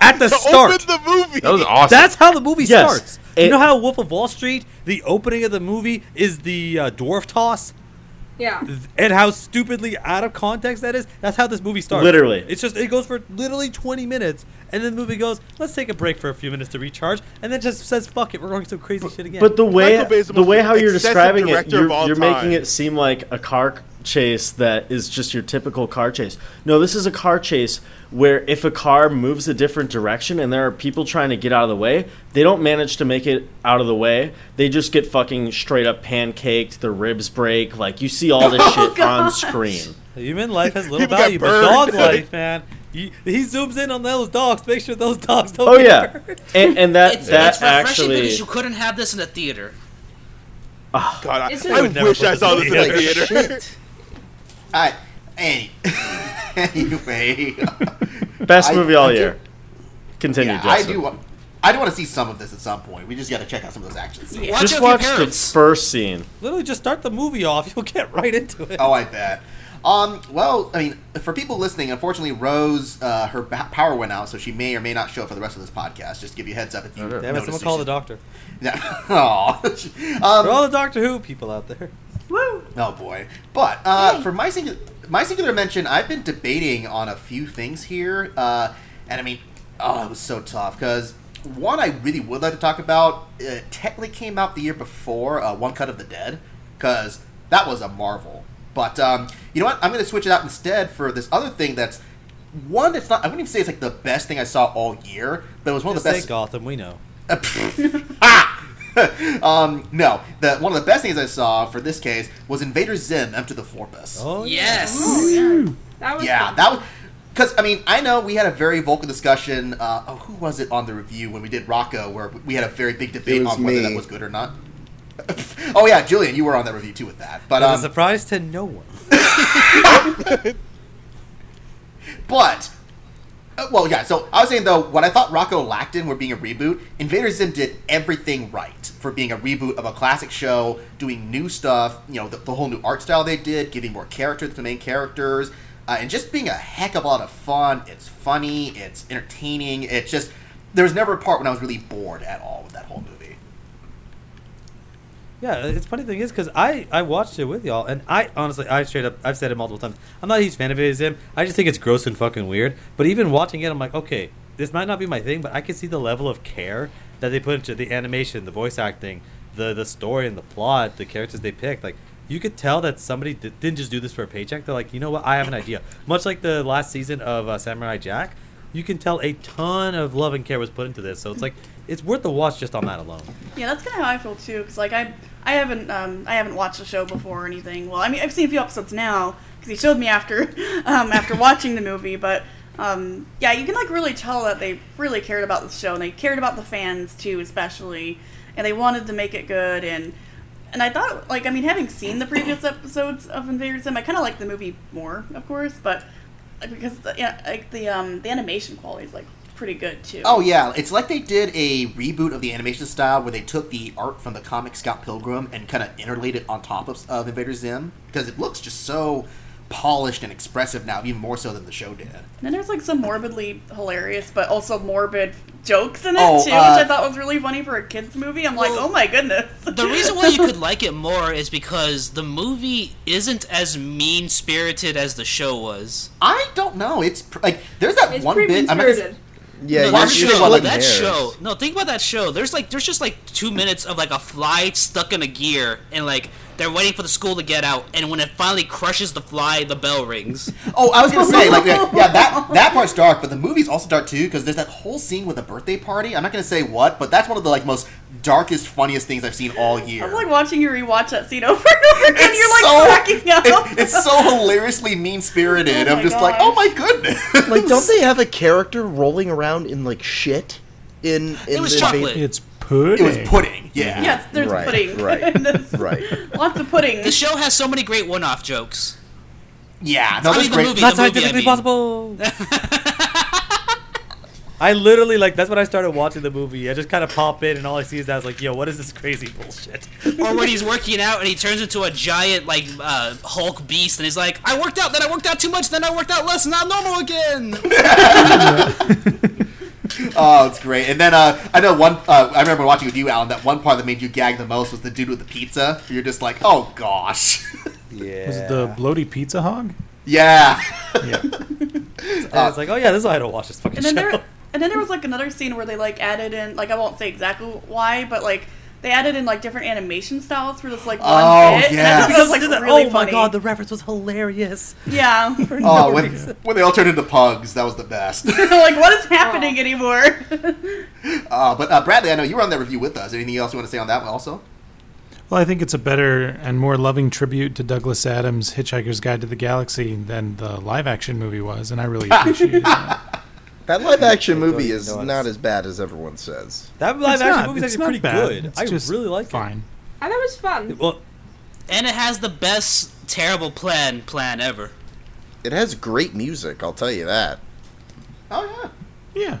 at the to start. open the movie. That was awesome. That's how the movie Yes. starts. It- you know how Wolf of Wall Street, the opening of the movie is the uh, dwarf toss, Yeah. and how stupidly out of context that is. That's how this movie starts. Literally. it's just it goes for literally twenty minutes, and then the movie goes. Let's take a break for a few minutes to recharge, and then just says, "Fuck it, we're going some crazy shit again." But the way Michael Bay's the the most way how you're excessive describing it, director you're, of all you're time. making it seem like a car c- chase that is just your typical car chase. No, this is a car chase where if a car moves a different direction and there are people trying to get out of the way, they don't manage to make it out of the way. They just get fucking straight up pancaked. Their ribs break. Like you see all this Oh, shit on screen. Human life has little People got value, but burned. dog life, man. He, he zooms in on those dogs to make sure those dogs don't. Oh get yeah, hurt. and, and that It's, that it's refreshing actually Ah. because you couldn't have this in a theater. God, I, It's I just- wish I Never saw put this this in the in theater. I any anyway. best I- movie all I do- year. Continue, yeah, I Justin. do. wa- I do want to see some of this at some point. We just got to check out some of those action scenes. Watch Just out for your watch the parents. first scene. Literally, just start the movie off. You'll get right into it. Oh, I bet. Um, well, I mean, for people listening, unfortunately, Rose, uh, her ba- power went out, so she may or may not show up for the rest of this podcast. Just to give you a heads up if you Oh, no. Damn it! Someone call the doctor. doctor. For all the Doctor Who people out there. Oh boy! But uh, for my singular, my singular mention, I've been debating on a few things here, uh, and I mean, oh, it was so tough because one I really would like to talk about uh, technically came out the year before uh, One Cut of the Dead, because that was a marvel. But um, you know what? I'm going to switch it out instead for this other thing that's one that's not. I wouldn't even say it's like the best thing I saw all year, but it was one Just of the say best. Gotham. We know. Uh, pfft. ah! um, no, the one of the best things I saw for this case was Invader Zim Enter the Forpus. Oh Yes. Oh, yeah. That was Yeah, fun. that was because I mean I know we had a very vocal discussion. Uh, oh, who was it on the review when we did Rocco, where we had a very big debate was on whether me. that was good or not. oh yeah, Julian, you were on that review too with that. But It was um, a surprise to no one. But uh, well, yeah. So I was saying though, what I thought Rocco lacked in were being a reboot. Invader Zim did everything right for being a reboot of a classic show, doing new stuff. You know, the, the whole new art style they did, giving more character to the main characters, uh, and just being a heck of a lot of fun. It's funny. It's entertaining. It's just there was never a part when I was really bored at all with that whole movie. Yeah, it's funny thing is because I I watched it with y'all, and I honestly I straight up I've said it multiple times. I'm not a huge fan of it as him. I just think it's gross and fucking weird. But even watching it, I'm like, okay, this might not be my thing, but I can see the level of care that they put into the animation, the voice acting, the the story and the plot, the characters they picked. Like you could tell that somebody di- didn't just do this for a paycheck. They're like, you know what, I have an idea. Much like the last season of uh, Samurai Jack, you can tell a ton of love and care was put into this. So it's like it's worth the watch just on that alone. Yeah, that's kind of how I feel too. Cause like I, I haven't, um, I haven't watched the show before or anything. Well, I mean, I've seen a few episodes now because he showed me after, um, after watching the movie. But um, yeah, you can like really tell that they really cared about the show and they cared about the fans too, especially, and they wanted to make it good. And and I thought, like, I mean, having seen the previous episodes of Invader Zim, I kind of like the movie more, of course, but like, because the, yeah, like the um, the animation quality is like pretty good too. Oh yeah, it's like they did a reboot of the animation style where they took the art from the comic Scott Pilgrim and kind of interlaid it on top of, of Invader Zim because it looks just so polished and expressive now, even more so than the show did. And then there's like some morbidly hilarious, but also morbid jokes in it Oh, too, uh, which I thought was really funny for a kids movie. I'm like, oh my goodness. The reason why you could like it more is because the movie isn't as mean spirited as the show was. I don't know. It's pr- like there's that It's one pretty bit. mean-spirited. Yeah, no, you're- that you're show, splitting that hairs. show. No, think about that show. There's like, there's just like two minutes of like a fly stuck in a gear, and like they're waiting for the school to get out, and when it finally crushes the fly, the bell rings. Oh, I was gonna say like yeah, yeah, that that part's dark, but the movie's also dark too because there's that whole scene with a birthday party. I'm not gonna say what, but that's one of the like most darkest, funniest things I've seen all year. I was like watching you rewatch that scene over and over again. You're like so- cracking up. It- it's so hilariously mean spirited. Oh I'm my just like, oh my goodness. Like, don't they have a character rolling around in like shit? In in was the chocolate. It's pudding. It was pudding. Yeah. Yes, there's Right, pudding. right, There's right. Lots of pudding. The show has so many great one-off jokes. Yeah. No, I that's mean, the great. movie. Not the movie, I scientifically mean. possible. I literally like that's when I started watching the movie. I just kind of pop in and all I see is that I was like, "Yo, what is this crazy bullshit?" or when he's working out and he turns into a giant like uh, Hulk beast, and he's like, "I worked out, then I worked out too much, then I worked out less, and now I'm normal again." Oh, it's great. And then uh, I know one. Uh, I remember watching with you, Alan. That one part that made you gag the most was the dude with the pizza. You're just like, oh gosh. Yeah. Was it the bloaty pizza hog? yeah. Yeah. And it's like, "Oh yeah, this is why I don't watch this fucking and then show." there and then there was like another scene where they like added in like I won't say exactly why, but like they added in like different animation styles for this like one Oh, bit. and yeah. I thought that was like This is- really oh funny. my god, the reference was hilarious. yeah. For Oh, no when reason. when they all turned into pugs, that was the best. like what is Oh. happening anymore? Uh, but uh, Bradley, I know you were on that review with us. Anything else you want to say on that one also? Well, I think it's a better and more loving tribute to Douglas Adams' Hitchhiker's Guide to the Galaxy than the live action movie was, and I really appreciate that. That live action movie don't is know. not as bad as everyone says. That live It's action not- movie's it's actually pretty not bad. good. It's I just really like Fine. I thought it was it. fun. Well, and it has the best terrible plan plan ever. It has great music, I'll tell you that. Oh yeah. Yeah.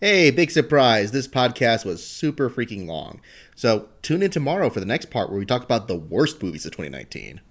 Hey, big surprise. This podcast was super freaking long. So tune in tomorrow for the next part where we talk about the worst movies of 2019.